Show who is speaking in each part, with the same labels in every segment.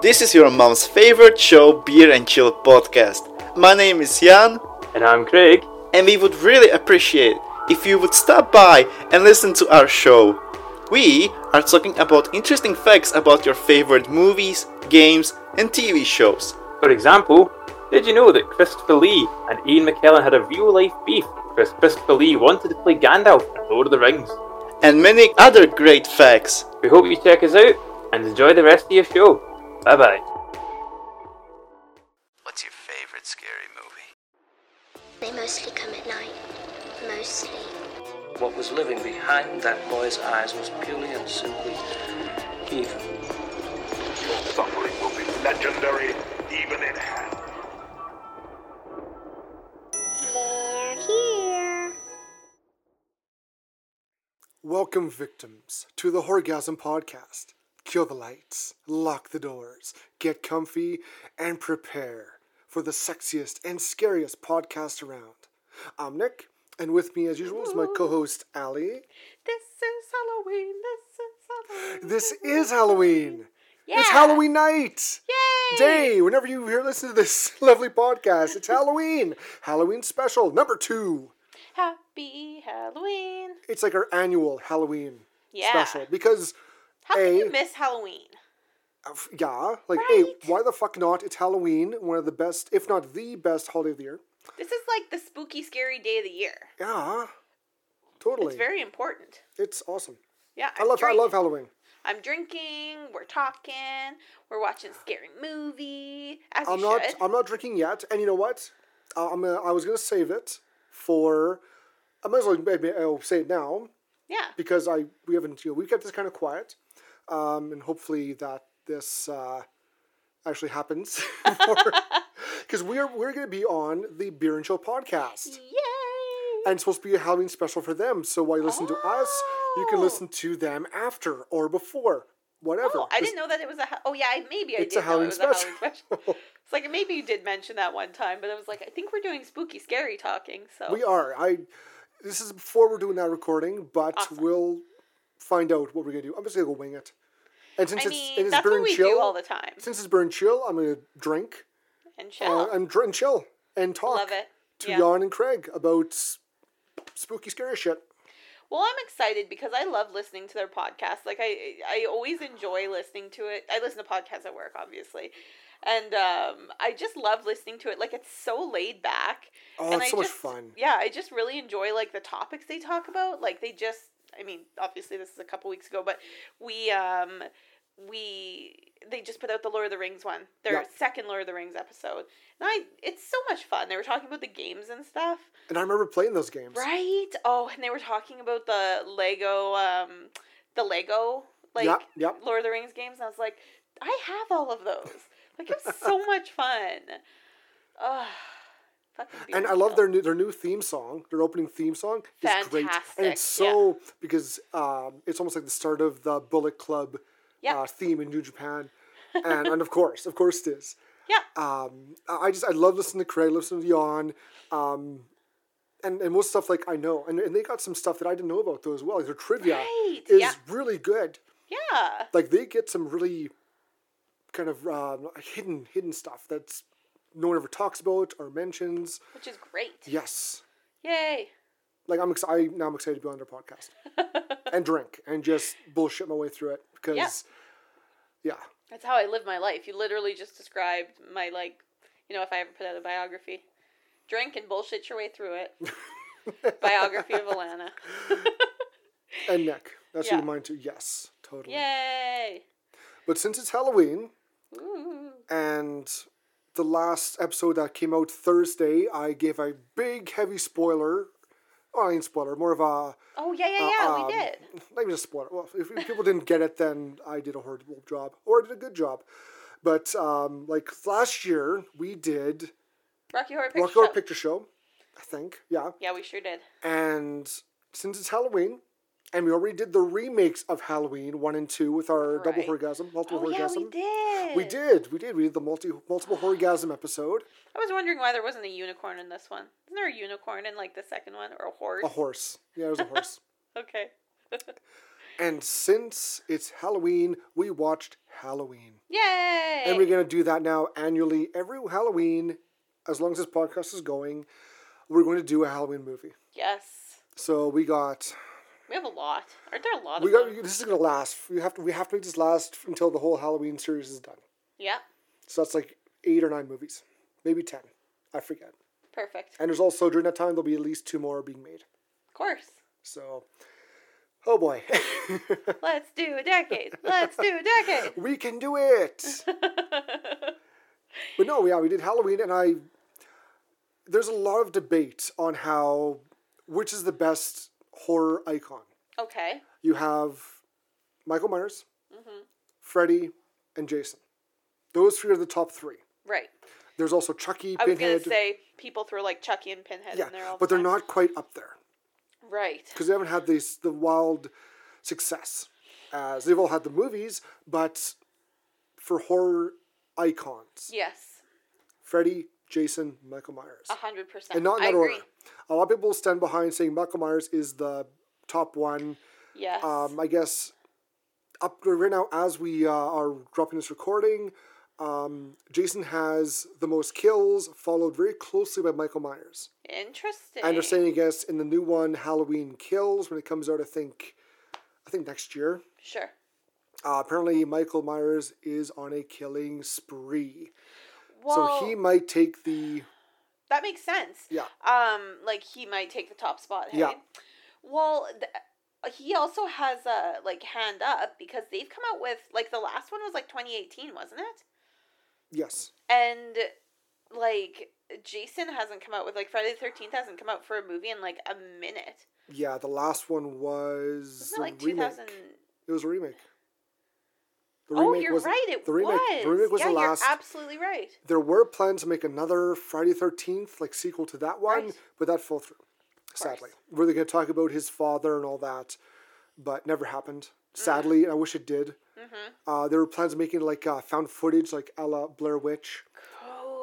Speaker 1: This is your mom's favorite show, Beer and Chill podcast. My name is Jan,
Speaker 2: And I'm Craig.
Speaker 1: and we would really appreciate if you would stop by and listen to our show. We are talking about interesting facts about your favorite movies, games, and TV shows.
Speaker 2: For example, did you know that Christopher Lee and Ian McKellen had a real life beef because Christopher Lee wanted to play Gandalf in Lord of the Rings?
Speaker 1: and many other great facts.
Speaker 2: We hope you check us out and enjoy the rest of your show. Bye bye.
Speaker 3: What's your favorite scary movie?
Speaker 4: They mostly come at night. Mostly.
Speaker 5: What was living behind that boy's eyes was purely and simply evil.
Speaker 6: Your suffering will be legendary, even in hell.
Speaker 4: They're here.
Speaker 7: Welcome, victims, to the Horgasm Podcast. Kill the lights, lock the doors, get comfy, and prepare for the sexiest and scariest podcast around. I'm Nick, and with me, as usual, is my co host, Allie.
Speaker 8: This is Halloween. This is Halloween.
Speaker 7: This is Halloween!
Speaker 8: Yeah.
Speaker 7: It's Halloween night!
Speaker 8: Yay!
Speaker 7: Day! Whenever you hear listen to this lovely podcast, it's Halloween! Halloween special number two!
Speaker 8: Happy Halloween.
Speaker 7: It's like our annual Halloween
Speaker 8: Yeah.
Speaker 7: special because.
Speaker 8: How
Speaker 7: A,
Speaker 8: can you miss Halloween?
Speaker 7: Uh, f- Yeah, like,
Speaker 8: Right?
Speaker 7: hey, why the fuck not? It's Halloween, one of the best, if not the best holiday of the year.
Speaker 8: This is like the spooky, scary day of the year.
Speaker 7: Yeah, totally.
Speaker 8: It's very important.
Speaker 7: It's awesome.
Speaker 8: Yeah,
Speaker 7: I love, I
Speaker 8: drink-
Speaker 7: love Halloween.
Speaker 8: I'm drinking. We're talking. We're watching scary movie. As
Speaker 7: I'm
Speaker 8: you
Speaker 7: not,
Speaker 8: should.
Speaker 7: I'm not drinking yet, and you know what? Uh, I'm, gonna, I was gonna save it for. I might as well maybe I'll say it now
Speaker 8: yeah.
Speaker 7: because I we haven't you know we kept this kind of quiet, um, and hopefully that this uh, actually happens because we're we're gonna be on the Beer and Chill podcast.
Speaker 8: Yay!
Speaker 7: and it's supposed to be a Halloween special for them. So while you listen to us, you can
Speaker 8: Oh.
Speaker 7: listen to them after or before, whatever.
Speaker 8: Oh, I didn't
Speaker 7: It's-
Speaker 8: know that it was a. ha- Oh yeah, I- maybe I
Speaker 7: It's
Speaker 8: did
Speaker 7: a
Speaker 8: know it
Speaker 7: Halloween
Speaker 8: was
Speaker 7: special.
Speaker 8: a Halloween special. it's like maybe you did mention that one time, but I was like, I think we're doing spooky, scary talking. So
Speaker 7: We are. I. This is before we're doing our recording, but
Speaker 8: Awesome.
Speaker 7: we'll find out what we're gonna do. I'm just gonna go wing it. And since
Speaker 8: I
Speaker 7: it's
Speaker 8: mean,
Speaker 7: and it's
Speaker 8: that's
Speaker 7: burn
Speaker 8: what we
Speaker 7: chill,
Speaker 8: do all the time.
Speaker 7: since it's burn chill, I'm gonna drink
Speaker 8: And chill.
Speaker 7: uh, and, dr- and chill and talk
Speaker 8: Love it.
Speaker 7: to
Speaker 8: yeah.
Speaker 7: Jan and Craig about s- spooky, scary shit.
Speaker 8: Well, I'm excited because I love listening to their podcast. Like I, I always enjoy listening to it. I listen to podcasts at work, obviously, and um, I just love listening to it. Like it's so laid back.
Speaker 7: Oh,
Speaker 8: and
Speaker 7: it's
Speaker 8: I
Speaker 7: so much
Speaker 8: just-
Speaker 7: fun.
Speaker 8: Yeah, I just really enjoy like the topics they talk about. Like they just, I mean, obviously this is a couple weeks ago, but we, um, we they just put out the Lord of the Rings one, their
Speaker 7: Yeah.
Speaker 8: second Lord of the Rings episode, and I, it's so much fun. They were talking about the games and stuff.
Speaker 7: And I remember playing those games.
Speaker 8: Right. Oh, and they were talking about the Lego, um, the Lego like
Speaker 7: Yeah, yeah.
Speaker 8: Lord of the Rings games, and I was like, I have all of those. Like, it was so much fun. Ugh. fucking
Speaker 7: And I
Speaker 8: beautiful.
Speaker 7: love their new their new theme song. Their opening theme song is great, and
Speaker 8: Fantastic,
Speaker 7: it's so because um, it's almost like the start of the Bullet Club
Speaker 8: Yeah.
Speaker 7: uh, theme in New Japan, and and of course, of course, it is.
Speaker 8: Yeah.
Speaker 7: Um, I I just I love listening to Craig, listening to Yon, um, and and most stuff like I know, and and they got some stuff that I didn't know about though as well. Like their trivia
Speaker 8: Right,
Speaker 7: is
Speaker 8: yeah.
Speaker 7: really good.
Speaker 8: Yeah.
Speaker 7: Like they get some really kind of um, hidden hidden stuff that's no one ever talks about or mentions.
Speaker 8: Which is great.
Speaker 7: Yes.
Speaker 8: Yay.
Speaker 7: like I'm excited now. I'm excited to be on their podcast and drink and just bullshit my way through it because, yeah,
Speaker 8: That's how I live my life. You literally just described my, like, you know, if I ever put out a biography. Drink and bullshit your way through it. biography of Alana.
Speaker 7: and Nick, that's
Speaker 8: Yeah.
Speaker 7: who mine too. Yes, totally.
Speaker 8: Yay.
Speaker 7: But since it's Halloween
Speaker 8: Ooh.
Speaker 7: and the last episode that came out Thursday, I gave a big heavy spoiler. Oh, I mean spoiler, more of a
Speaker 8: Oh, yeah, yeah, yeah. we
Speaker 7: um,
Speaker 8: did.
Speaker 7: not even a spoiler. Well, if if people didn't get it, then I did a horrible job or I did a good job. But um, like last year, we did
Speaker 8: Rocky Horror Picture
Speaker 7: Rocky Horror
Speaker 8: Show.
Speaker 7: Picture Show, I think. Yeah.
Speaker 8: Yeah, we sure did.
Speaker 7: And since it's Halloween, and we already did the remakes of Halloween one and two with our double
Speaker 8: Right.
Speaker 7: orgasm, multiple
Speaker 8: Oh yeah, we
Speaker 7: orgasm.
Speaker 8: did.
Speaker 7: we did. We did. We did the multi multiple orgasm episode.
Speaker 8: I was wondering why there wasn't a unicorn in this one. Isn't there a unicorn in like the second one or a horse?
Speaker 7: A horse. Yeah, it was a horse.
Speaker 8: Okay.
Speaker 7: And since it's Halloween, we watched Halloween.
Speaker 8: Yay!
Speaker 7: And we're going to do that now annually. Every Halloween, as long as this podcast is going, we're going to do a Halloween movie.
Speaker 8: yes.
Speaker 7: So we got
Speaker 8: We have a lot. Aren't there a lot
Speaker 7: we
Speaker 8: of
Speaker 7: got
Speaker 8: them?
Speaker 7: this is going to last. We have to we have to make this last until the whole Halloween series is done.
Speaker 8: Yeah.
Speaker 7: So that's like 8 or 9 movies. Maybe 10. I forget.
Speaker 8: Perfect.
Speaker 7: And there's also during that time there'll be at least two more being made.
Speaker 8: Of course.
Speaker 7: So oh boy.
Speaker 8: Let's do a decade. Let's do a decade.
Speaker 7: we can do it. but no, yeah, we did Halloween, and I. There's a lot of debate on how which is the best horror icon.
Speaker 8: Okay.
Speaker 7: You have Michael Myers,
Speaker 8: Mm-hmm.
Speaker 7: Freddy, and Jason. Those three are the top three.
Speaker 8: Right.
Speaker 7: There's also Chucky,
Speaker 8: I was gonna
Speaker 7: Pinhead.
Speaker 8: say people throw like Chucky and Pinhead
Speaker 7: yeah,
Speaker 8: in there all
Speaker 7: but
Speaker 8: the
Speaker 7: they're
Speaker 8: time.
Speaker 7: not quite up there
Speaker 8: Right.
Speaker 7: because they haven't had this the wild success as they've all had the movies, but for horror icons,
Speaker 8: Yes.
Speaker 7: Freddy, Jason, Michael Myers.
Speaker 8: A hundred percent.
Speaker 7: and not in
Speaker 8: Uh, I
Speaker 7: that
Speaker 8: agree.
Speaker 7: order. A lot of people stand behind saying Michael Myers is the top one.
Speaker 8: Yes.
Speaker 7: Um, I guess up right now as we uh, are dropping this recording, um, Jason has the most kills, followed very closely by Michael Myers.
Speaker 8: Interesting.
Speaker 7: And they're saying, I guess, in the new one, Halloween Kills, when it comes out, I think, I think next year.
Speaker 8: Sure.
Speaker 7: Uh, apparently, Michael Myers is on a killing spree,
Speaker 8: Well,
Speaker 7: so he might take the
Speaker 8: that makes sense.
Speaker 7: yeah.
Speaker 8: Um, like he might take the top spot. Hey?
Speaker 7: Yeah.
Speaker 8: Well, th- uh, he also has a like hand up because they've come out with like the last one was like 2018, wasn't it?
Speaker 7: Yes,
Speaker 8: and like Jason hasn't come out with like Friday the Thirteenth hasn't come out for a movie in like a minute.
Speaker 7: yeah. The last one was
Speaker 8: Wasn't it
Speaker 7: a
Speaker 8: like two
Speaker 7: remake.
Speaker 8: thousand?
Speaker 7: It was a remake. The
Speaker 8: Oh, you're
Speaker 7: was,
Speaker 8: right. It
Speaker 7: the remake,
Speaker 8: was.
Speaker 7: The remake was
Speaker 8: yeah,
Speaker 7: the last.
Speaker 8: You're absolutely right.
Speaker 7: there were plans to make another Friday Thirteenth like sequel to that one,
Speaker 8: Right.
Speaker 7: but that fell through. Sadly, we're going to talk about his father and all that, but never happened.
Speaker 8: Mm-hmm.
Speaker 7: Sadly, and I wish it did. Uh, there were plans of making like uh, found footage, like a la Blair Witch,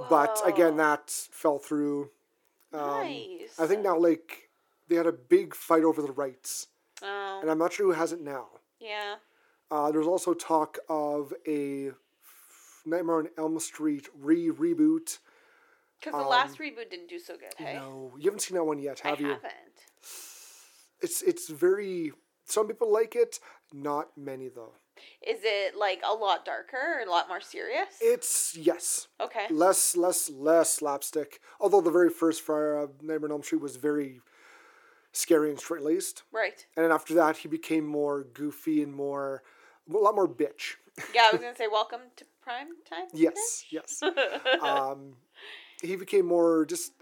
Speaker 7: but again that fell through.
Speaker 8: nice.
Speaker 7: um, I think now like they had a big fight over the rights,
Speaker 8: Oh
Speaker 7: and I'm not sure who has it now.
Speaker 8: yeah.
Speaker 7: Uh, there's also talk of a f- Nightmare on Elm Street re reboot.
Speaker 8: Because the last reboot didn't do so good. Hey,
Speaker 7: um, No, you haven't seen that one yet,
Speaker 8: I
Speaker 7: have you?
Speaker 8: haven't.
Speaker 7: It's it's very. Some people like it, not many though.
Speaker 8: Is it like a lot darker or a lot more serious?
Speaker 7: It's yes,
Speaker 8: okay.
Speaker 7: less less less slapstick. Although the very first Friar uh, Nightmare on Elm Street was very scary and straight laced,
Speaker 8: Right.
Speaker 7: and then after that he became more goofy and more a lot more bitch.
Speaker 8: Yeah, I was gonna say welcome to prime time.
Speaker 7: Yes, yes. um, he became more just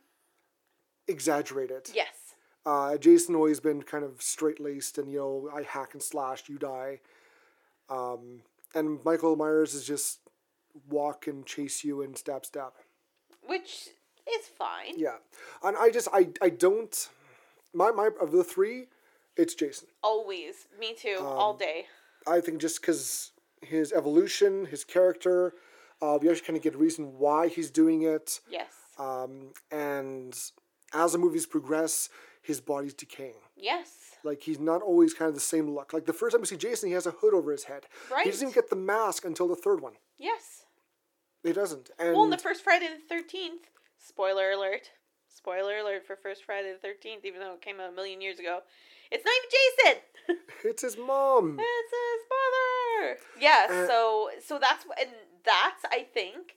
Speaker 7: exaggerated.
Speaker 8: Yes.
Speaker 7: Uh, Jason always been kind of straight laced and you know I hack and slash, you die. Um, and Michael Myers is just walk and chase you and stab stab.
Speaker 8: Which is fine.
Speaker 7: Yeah, and I just I I don't my my of the three, it's Jason.
Speaker 8: Always. Me too.
Speaker 7: Um,
Speaker 8: all day.
Speaker 7: I think just because his evolution, his character, uh, we actually kind of get a reason why he's doing it.
Speaker 8: Yes.
Speaker 7: uh, and as the movies progress, his body's decaying.
Speaker 8: yes.
Speaker 7: Like he's not always kind of the same look. Like the first time we see Jason, he has a hood over his head.
Speaker 8: Right.
Speaker 7: He doesn't even get the mask until the third one.
Speaker 8: Yes.
Speaker 7: He doesn't. And
Speaker 8: Well, in the first Friday the 13th, spoiler alert. Spoiler alert for first Friday the 13th, even though it came out a million years ago. It's not even Jason.
Speaker 7: it's his mom.
Speaker 8: it's his mother.
Speaker 7: Uh,
Speaker 8: Yeah, so so that's wh- and that's I think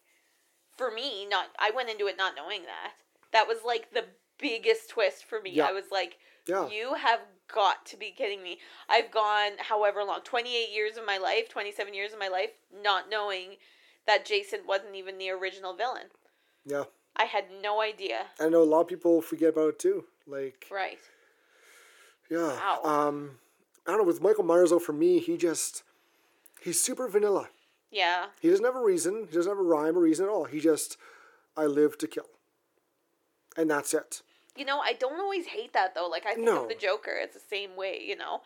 Speaker 8: for me not I went into it not knowing that. That was like the biggest twist for me.
Speaker 7: Yeah.
Speaker 8: I was like
Speaker 7: Yeah.
Speaker 8: You have got to be kidding me. I've gone however long, 28 years of my life, 27 years of my life, not knowing that Jason wasn't even the original villain.
Speaker 7: Yeah.
Speaker 8: I had no idea.
Speaker 7: I know a lot of people forget about it too. Like
Speaker 8: Right.
Speaker 7: yeah.
Speaker 8: Wow.
Speaker 7: Um, I don't know. With Michael Myers, though, for me, he just he's super vanilla.
Speaker 8: Yeah.
Speaker 7: He doesn't have a reason. He doesn't have a rhyme or reason at all. He just I live to kill, and that's it.
Speaker 8: You know, I don't always hate that though. Like I think
Speaker 7: No.
Speaker 8: of the Joker, it's the same way, you know.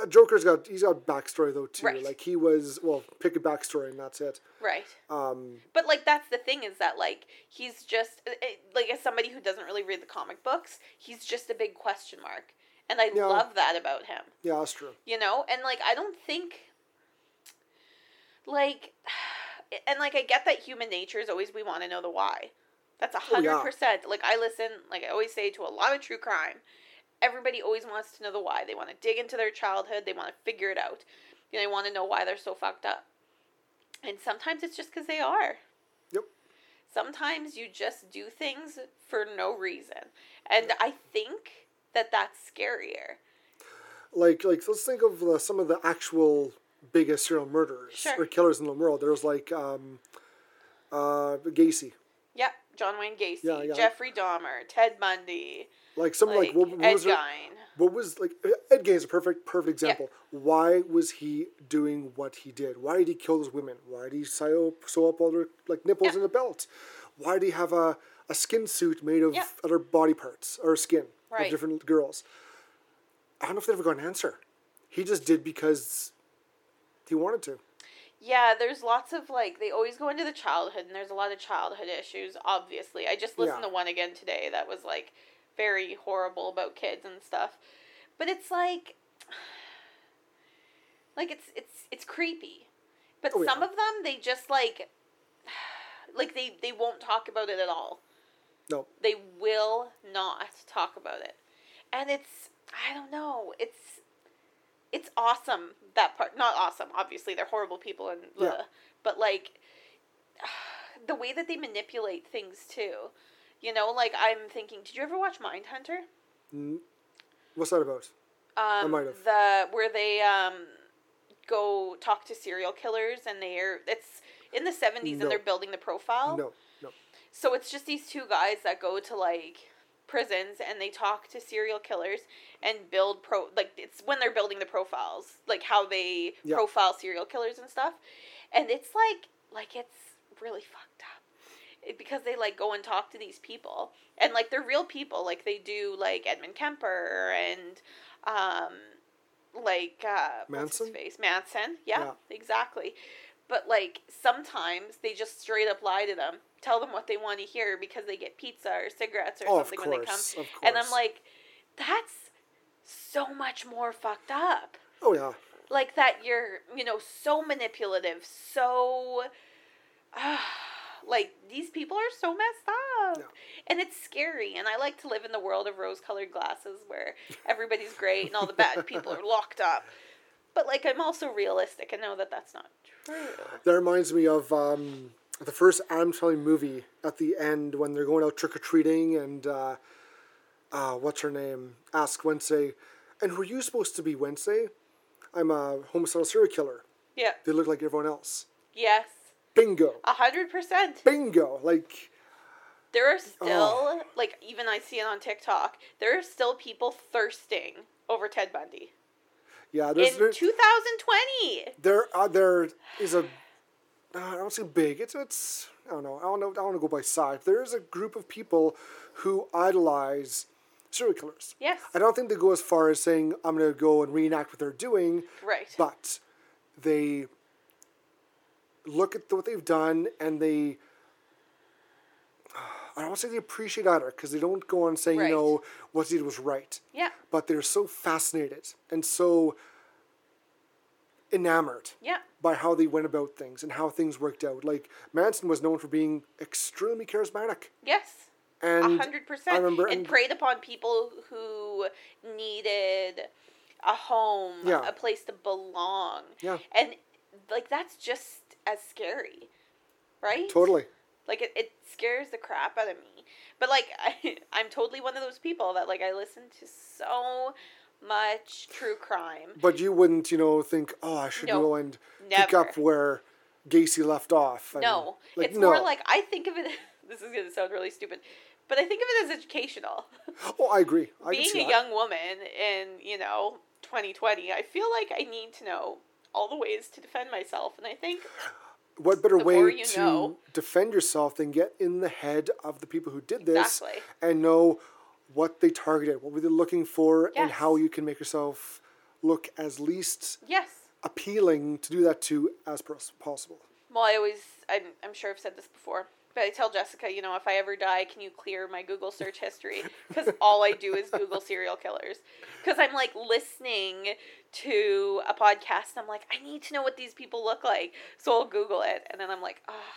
Speaker 7: Uh, Joker's got he's got backstory though too.
Speaker 8: Right.
Speaker 7: Like he was well, pick a backstory and that's it.
Speaker 8: Right. Um But like that's the thing is that like he's just eh, eh, like as somebody who doesn't really read the comic books, he's just a big question mark. and I
Speaker 7: Yeah.
Speaker 8: love that about him.
Speaker 7: Yeah, that's true.
Speaker 8: you know and like i don't think like and like i get that human nature is always we want to know the why that's a
Speaker 7: Oh, yeah.
Speaker 8: hundred percent like i listen like i always say to a lot of true crime everybody always wants to know the why they want to dig into their childhood they want to figure it out you know, they want to know why they're so fucked up and sometimes it's just because they are
Speaker 7: Yep.
Speaker 8: sometimes you just do things for no reason and i think that that's scarier
Speaker 7: Like, like let's think of uh, some of the actual biggest serial murderers
Speaker 8: Sure.
Speaker 7: or killers in the world. There's like um, uh, Gacy.
Speaker 8: Yep, John Wayne Gacy,
Speaker 7: Yeah, yeah.
Speaker 8: Jeffrey Dahmer, Ted Bundy,
Speaker 7: Like some like,
Speaker 8: like,
Speaker 7: what, what
Speaker 8: Ed
Speaker 7: was her-
Speaker 8: Gein.
Speaker 7: what was like E, Ed Gein is a perfect perfect example. Why was he doing what he did? Why did he kill those women? Why did he sew, sew up all their like nipples in a belt? Why did he have a, a skin suit made of
Speaker 8: Yeah.
Speaker 7: other body parts or skin
Speaker 8: Right.
Speaker 7: of different girls? I don't know if they ever got an answer. He just did because he wanted to.
Speaker 8: Yeah, there's lots of like they always go into the childhood, and there's a lot of childhood issues. Obviously, I just listened
Speaker 7: Yeah.
Speaker 8: to one again today that was like very horrible about kids and stuff. But it's like, like it's it's it's creepy. But
Speaker 7: Oh, yeah.
Speaker 8: some of them they just like, like they they won't talk about it at all.
Speaker 7: No,
Speaker 8: they will not talk about it and it's i don't know it's it's awesome that part not awesome obviously they're horrible people and bleh,
Speaker 7: Yeah.
Speaker 8: but like the way that they manipulate things too you know like i'm thinking did you ever watch mindhunter
Speaker 7: what's that about?
Speaker 8: um,
Speaker 7: might have.
Speaker 8: The where they um, go talk to serial killers and they're it's in the seventies
Speaker 7: No.
Speaker 8: and they're building the profile.
Speaker 7: No, no.
Speaker 8: So it's just these two guys that go to like prisons and they talk to serial killers and build pro like it's when they're building the profiles like how they
Speaker 7: Yeah.
Speaker 8: profile serial killers and stuff and it's like like it's really fucked up it- because they like go and talk to these people and like they're real people like they do like edmund kemper and um like uh what's his
Speaker 7: Manson?
Speaker 8: face manson yeah,
Speaker 7: Yeah.
Speaker 8: exactly but like sometimes they just straight up lie to them tell them what they want to hear because they get pizza or cigarettes or
Speaker 7: Oh, of
Speaker 8: something when they come
Speaker 7: course, of
Speaker 8: and i'm
Speaker 7: course.
Speaker 8: like that's so much more fucked up
Speaker 7: Oh yeah,
Speaker 8: like that you're you know so manipulative so like these people are so messed up and it's scary and i like to live in the world of rose colored glasses where everybody's great and all the bad people are locked up but like i'm also realistic and know that that's not true
Speaker 7: that reminds me of um, the first Adam Sandler movie. At the end, when they're going out trick or treating, and uh, uh, what's her name asks Wednesday, "And who are you supposed to be, Wednesday? I'm a homicidal serial killer.
Speaker 8: yeah
Speaker 7: They look like everyone else.
Speaker 8: yes
Speaker 7: Bingo,
Speaker 8: a hundred percent
Speaker 7: bingo. Like,
Speaker 8: there are still
Speaker 7: Oh.
Speaker 8: like even i see it on tiktok there are still people thirsting over ted bundy
Speaker 7: yeah,
Speaker 8: in
Speaker 7: there's, there,
Speaker 8: 2020
Speaker 7: there, uh, there is a. Uh, I don't say big. It's it's. I don't know. I don't know. I don't want to go by size. There is a group of people who idolize serial killers.
Speaker 8: yes
Speaker 7: I don't think they go as far as saying I'm going to go and reenact what they're doing,
Speaker 8: right
Speaker 7: but they look at the, what they've done and they. I don't want to say they appreciate either because they don't go on saying
Speaker 8: Right.
Speaker 7: you know what they did was right,
Speaker 8: yeah
Speaker 7: but they're so fascinated and so enamored
Speaker 8: yeah
Speaker 7: by how they went about things and how things worked out. Like Manson was known for being extremely charismatic,
Speaker 8: yes
Speaker 7: and
Speaker 8: A hundred
Speaker 7: I
Speaker 8: percent.
Speaker 7: remember
Speaker 8: And
Speaker 7: and-
Speaker 8: preyed upon people who needed a home,
Speaker 7: Yeah.
Speaker 8: a place to belong.
Speaker 7: Yeah.
Speaker 8: And like that's just as scary, right?
Speaker 7: totally.
Speaker 8: Like it, it scares the crap out of me. But like I, I'm totally one of those people that like I listen to so much true crime.
Speaker 7: But you wouldn't, you know, think, oh, I should
Speaker 8: No,
Speaker 7: go and pick
Speaker 8: never.
Speaker 7: up where Gacy left off. and-
Speaker 8: No,
Speaker 7: like,
Speaker 8: it's
Speaker 7: no.
Speaker 8: more like I think of it. This is gonna sound really stupid, but I think of it as educational.
Speaker 7: oh, I agree. I can
Speaker 8: being
Speaker 7: see
Speaker 8: a
Speaker 7: that.
Speaker 8: young woman in you know 2020 i feel like i need to know all the ways to defend myself and i think
Speaker 7: what better
Speaker 8: the more
Speaker 7: way
Speaker 8: you
Speaker 7: to
Speaker 8: know.
Speaker 7: defend yourself than get in the head of the people who did this
Speaker 8: Exactly.
Speaker 7: and know what they targeted, what were they looking for, and
Speaker 8: Yes.
Speaker 7: how you can make yourself look as least
Speaker 8: yes
Speaker 7: appealing to do that to as pos- possible.
Speaker 8: well i always i'm, I'm sure i've said this before But I tell Jessica, you know, if I ever die, can you clear my Google search history? Because all I do is Google serial killers. Because I'm like listening to a podcast. I'm like, I need to know what these people look like. So I'll Google it. And then I'm like, ah.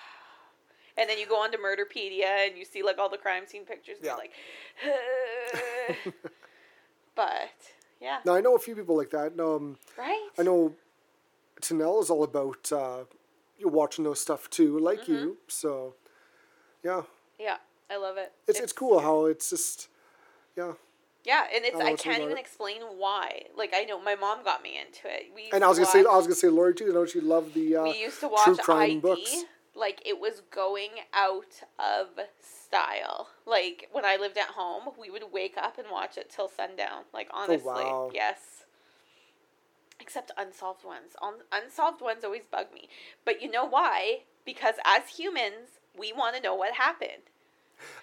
Speaker 8: And then you go on to Murderpedia and you see like all the crime scene pictures. And
Speaker 7: Yeah.
Speaker 8: you're like, but yeah.
Speaker 7: Now I know a few people like that. and, Um,
Speaker 8: Right?
Speaker 7: I know Tanel is all about uh, you watching those stuff too, like
Speaker 8: Mm-hmm.
Speaker 7: you. So, yeah,
Speaker 8: Yeah. I love it.
Speaker 7: it's, it's cool how it's just yeah.
Speaker 8: Yeah, and it's
Speaker 7: Oh,
Speaker 8: I
Speaker 7: it's
Speaker 8: can't
Speaker 7: about
Speaker 8: even
Speaker 7: it.
Speaker 8: explain why. Like I know my mom got me into it. We used
Speaker 7: And I was
Speaker 8: to
Speaker 7: gonna say I
Speaker 8: watch-
Speaker 7: was gonna say Lori too. I know she loved the uh,
Speaker 8: we used to watch
Speaker 7: true crime
Speaker 8: ID.
Speaker 7: books.
Speaker 8: Like it was going out of style. Like when I lived at home, we would wake up and watch it till sundown. Like honestly,
Speaker 7: Oh, wow.
Speaker 8: yes. Except unsolved ones. Un- unsolved ones always bug me. But you know why? Because as humans, we want to know what happened.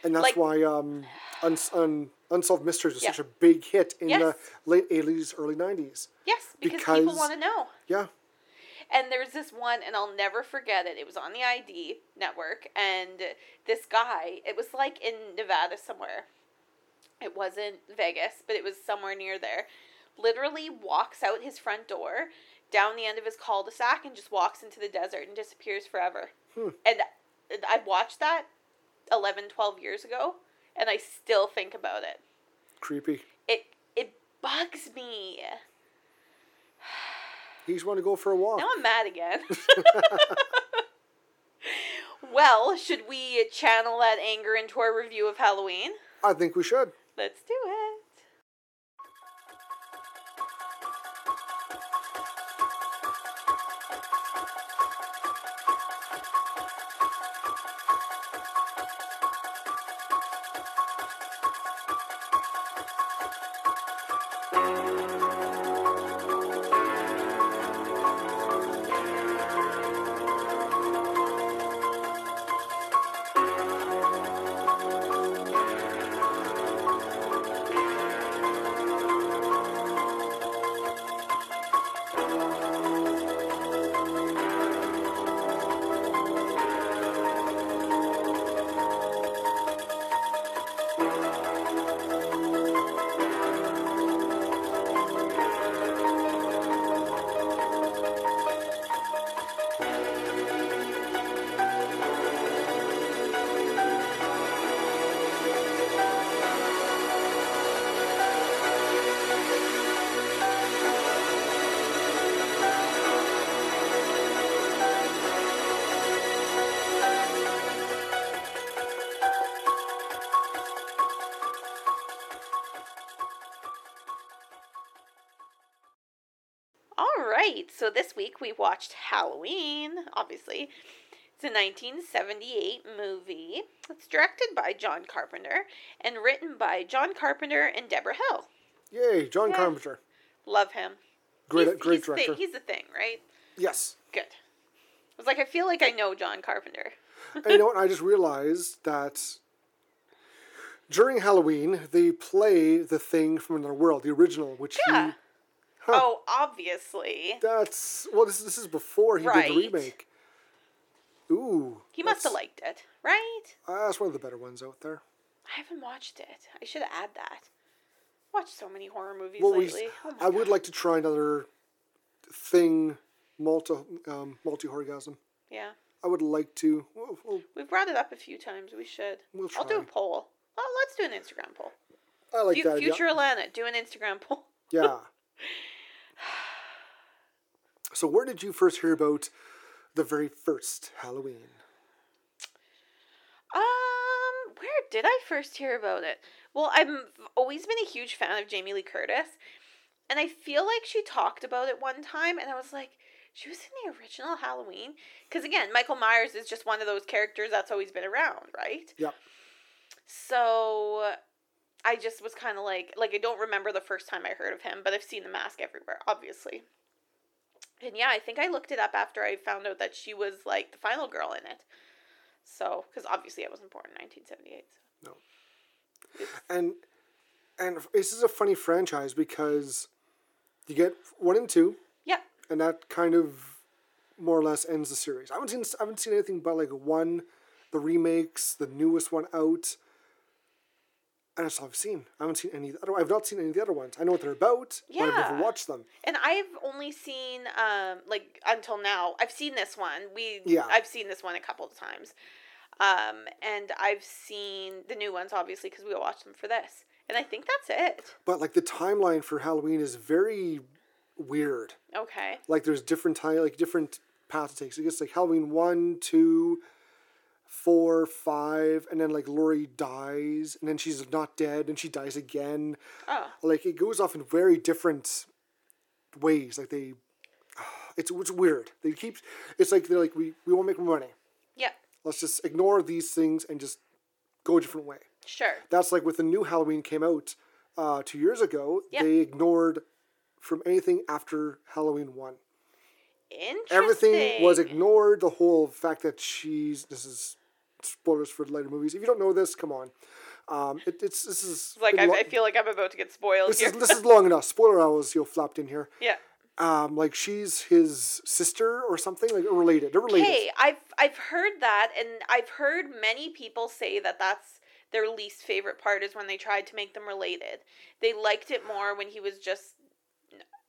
Speaker 7: And that's
Speaker 8: Like-
Speaker 7: why um, uns un, Unsolved Mysteries was
Speaker 8: Yeah.
Speaker 7: such a big hit in
Speaker 8: Yes.
Speaker 7: the late 80s, early 90s.
Speaker 8: Yes, because people
Speaker 7: Because-
Speaker 8: want to know.
Speaker 7: Yeah.
Speaker 8: And there's this one, and I'll never forget it. It was on the ID network, and this guy, it was like in Nevada somewhere. It wasn't Vegas, but it was somewhere near there. Literally walks out his front door, down the end of his cul de sac, and just walks into the desert and disappears forever. And and I watched that 11, 12 years ago, and I still think about it.
Speaker 7: Creepy.
Speaker 8: It, it bugs me.
Speaker 7: He just wanted to go for a walk.
Speaker 8: Now I'm mad again. well, should we channel that anger into our review of Halloween?
Speaker 7: I think we should.
Speaker 8: Let's do it. All right, so this week we watched Halloween, obviously. It's a 1978 movie. It's directed by John Carpenter and written by John Carpenter and Deborah Hill.
Speaker 7: Yay, John
Speaker 8: Yeah.
Speaker 7: Carpenter.
Speaker 8: Love him.
Speaker 7: Great,
Speaker 8: He's-
Speaker 7: great
Speaker 8: he's the-
Speaker 7: director.
Speaker 8: he's the thing, right?
Speaker 7: yes.
Speaker 8: Good. I was like, I feel like I know John Carpenter.
Speaker 7: and you know what? I just realized that during Halloween, they play The Thing from Another World, the original, which he.
Speaker 8: Yeah. Oh, obviously.
Speaker 7: That's. Well, this, this is before he
Speaker 8: Right.
Speaker 7: did the remake. Ooh.
Speaker 8: He must have
Speaker 7: that's-
Speaker 8: liked it, right?
Speaker 7: Uh, that's one of the better ones out there.
Speaker 8: I haven't watched it. I should add that. Watched so many horror movies
Speaker 7: Well, we,
Speaker 8: lately. Oh my
Speaker 7: I would
Speaker 8: God.
Speaker 7: like to try another thing, multi um, multi orgasm.
Speaker 8: Yeah,
Speaker 7: I would like to. Well, well,
Speaker 8: we've brought it up a few times. We should.
Speaker 7: We'll
Speaker 8: I'll do a
Speaker 7: try.
Speaker 8: poll. Well, let's do an Instagram poll.
Speaker 7: I like
Speaker 8: Fu-
Speaker 7: that. idea.
Speaker 8: Future Alana, do an Instagram poll.
Speaker 7: Yeah. so, where did you first hear about the very first Halloween?
Speaker 8: Um, where did I first hear about it? Well, I've always been a huge fan of Jamie Lee Curtis, and I feel like she talked about it one time, and I was like, she was in the original Halloween? Because again, Michael Myers is just one of those characters that's always been around, right?
Speaker 7: Yep.
Speaker 8: So I just was kind of like, like, I don't remember the first time I heard of him, but I've seen the mask everywhere, obviously. And yeah, I think I looked it up after I found out that she was like the final girl in it. So, because obviously I wasn't born in 1978. So.
Speaker 7: No.
Speaker 8: It's-
Speaker 7: And and this is a funny franchise because you get one and two,
Speaker 8: Yeah,
Speaker 7: and that kind of more or less ends the series. I haven't seen I haven't seen anything but like one the remakes, the newest one out. And that's all I've seen. I haven't seen any of the other. I've not seen any of the other ones. I know what they're about, but I've
Speaker 8: Yeah.
Speaker 7: never watched them.
Speaker 8: And I've only seen um like until now. I've seen this one. We
Speaker 7: Yeah.
Speaker 8: I've seen this one a couple of times. Um and I've seen the new ones obviously cuz we watched them for this. And I think that's it.
Speaker 7: But like the timeline for Halloween is very weird.
Speaker 8: Okay.
Speaker 7: like there's different time like different paths it takes. It gets like Halloween one, two, four, five, and then like Lori dies, and then she's not dead, and she dies again.
Speaker 8: Oh.
Speaker 7: Like it goes off in very different ways. Like they, it's it's weird. They keep it's like they're like we we won't make money.
Speaker 8: Yep.
Speaker 7: Let's just ignore these things and just go a different way.
Speaker 8: Sure.
Speaker 7: That's like with the new Halloween came out uh, two years ago.
Speaker 8: Yeah.
Speaker 7: They ignored from anything after Halloween one
Speaker 8: Interesting.
Speaker 7: everything was ignored. The whole fact that she's this is spoilers for later movies. If you don't know this, come on. Um, it, it's this is
Speaker 8: like
Speaker 7: been
Speaker 8: I,
Speaker 7: lo-
Speaker 8: I feel like I'm about to get spoiled
Speaker 7: this
Speaker 8: here.
Speaker 7: is this is long enough. Spoiler hours, you will flapped in here.
Speaker 8: yeah.
Speaker 7: Um, like she's his sister or something like related. They're related.
Speaker 8: Hey, I've I've heard that, and I've heard many people say that that's their least favorite part is when they tried to make them related. They liked it more when he was just.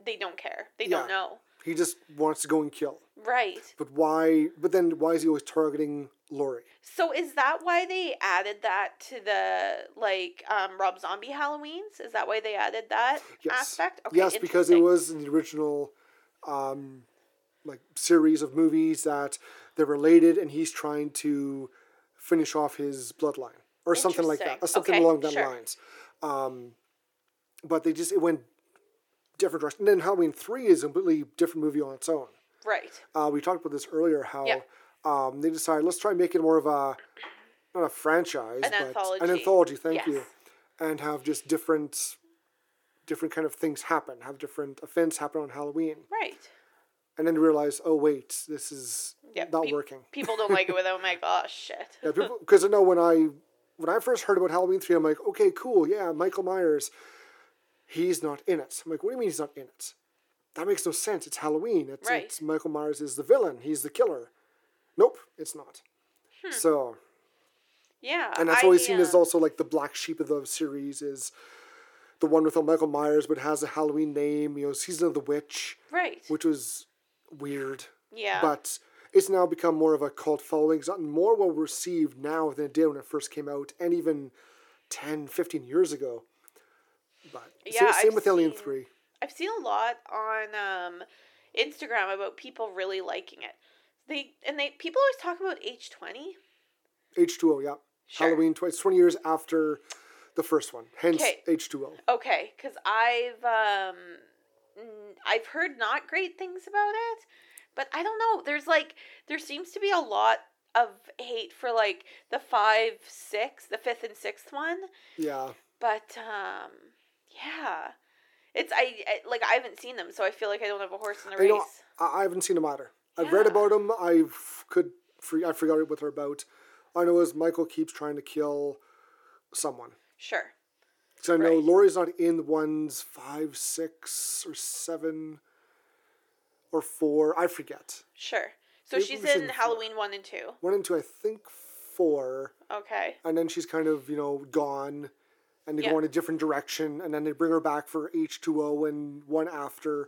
Speaker 8: They don't care. They don't
Speaker 7: Yeah.
Speaker 8: know.
Speaker 7: He just wants to go and kill.
Speaker 8: Right.
Speaker 7: But why? But then why is he always targeting Laurie?
Speaker 8: So is that why they added that to the like um, Rob Zombie Halloween's? Is that why they added that
Speaker 7: Yes.
Speaker 8: aspect?
Speaker 7: yes, because it
Speaker 8: interesting.
Speaker 7: was in the original, um, like series of movies that they're related, and he's trying to finish off his bloodline or something like that,
Speaker 8: Interesting.
Speaker 7: or something
Speaker 8: Okay,
Speaker 7: along that
Speaker 8: sure.
Speaker 7: lines. Um, but they just it went different direction. And then Halloween three is a completely different movie on its own.
Speaker 8: right.
Speaker 7: Uh, we talked about this earlier. How
Speaker 8: Yeah.
Speaker 7: um, they decided let's try and make it more of a not a franchise,
Speaker 8: An
Speaker 7: but
Speaker 8: anthology.
Speaker 7: an anthology. Thank you
Speaker 8: Yes.
Speaker 7: and have just different different kind of things happen have different events happen on halloween
Speaker 8: Right.
Speaker 7: and then realize oh wait this is
Speaker 8: Yeah.
Speaker 7: not
Speaker 8: pe-
Speaker 7: working
Speaker 8: People don't like it without my gosh, shit.
Speaker 7: because i know when i when i first heard about halloween 3 i'm like okay cool yeah michael myers he's not in it i'm like what do you mean he's not in it that makes no sense it's halloween it's,
Speaker 8: Right.
Speaker 7: it's michael myers is the villain he's the killer nope it's not
Speaker 8: Hmm.
Speaker 7: so
Speaker 8: Yeah.
Speaker 7: and that's
Speaker 8: I,
Speaker 7: always seen as
Speaker 8: um,
Speaker 7: also like the black sheep of the series is the one with uh, Michael Myers, but has a Halloween name. You know, season of the witch,
Speaker 8: right.
Speaker 7: which was weird,
Speaker 8: yeah.
Speaker 7: but it's now become more of a cult following. It's gotten more well received now than it did when it first came out, and even 10, 15 years ago. But sa-
Speaker 8: Yeah,
Speaker 7: same
Speaker 8: I've
Speaker 7: with Alien
Speaker 8: seen-
Speaker 7: Three.
Speaker 8: I've seen a lot on um, Instagram about people really liking it. They and they people always talk about H twenty.
Speaker 7: H two O, yeah.
Speaker 8: Sure.
Speaker 7: Halloween twice twenty years after the first one. Hence
Speaker 8: Okay.
Speaker 7: H two O.
Speaker 8: Okay, because I've um, n- I've heard not great things about it, but I don't know. There's like there seems to be a lot of hate for like the five, six, the fifth and sixth one,
Speaker 7: Yeah.
Speaker 8: but um, yeah. It's I, I like I haven't seen them, so I feel like I don't have a horse in the
Speaker 7: I
Speaker 8: race.
Speaker 7: don't. I, I haven't seen them either. I've read
Speaker 8: Yeah.
Speaker 7: about them. I f- could. Free, I forgot what they're about. All I know is Michael keeps trying to kill someone.
Speaker 8: Sure.
Speaker 7: So I know
Speaker 8: Right.
Speaker 7: Laurie's not in ones five, six, or seven, or four. I forget.
Speaker 8: Sure. So
Speaker 7: Maybe
Speaker 8: she's
Speaker 7: we shouldn't
Speaker 8: in
Speaker 7: fly.
Speaker 8: Halloween one and two.
Speaker 7: One and two, I think four,
Speaker 8: Okay.
Speaker 7: and then she's kind of you know gone, and they
Speaker 8: Yeah.
Speaker 7: go in a different direction, and then they bring her back for H two O and one after.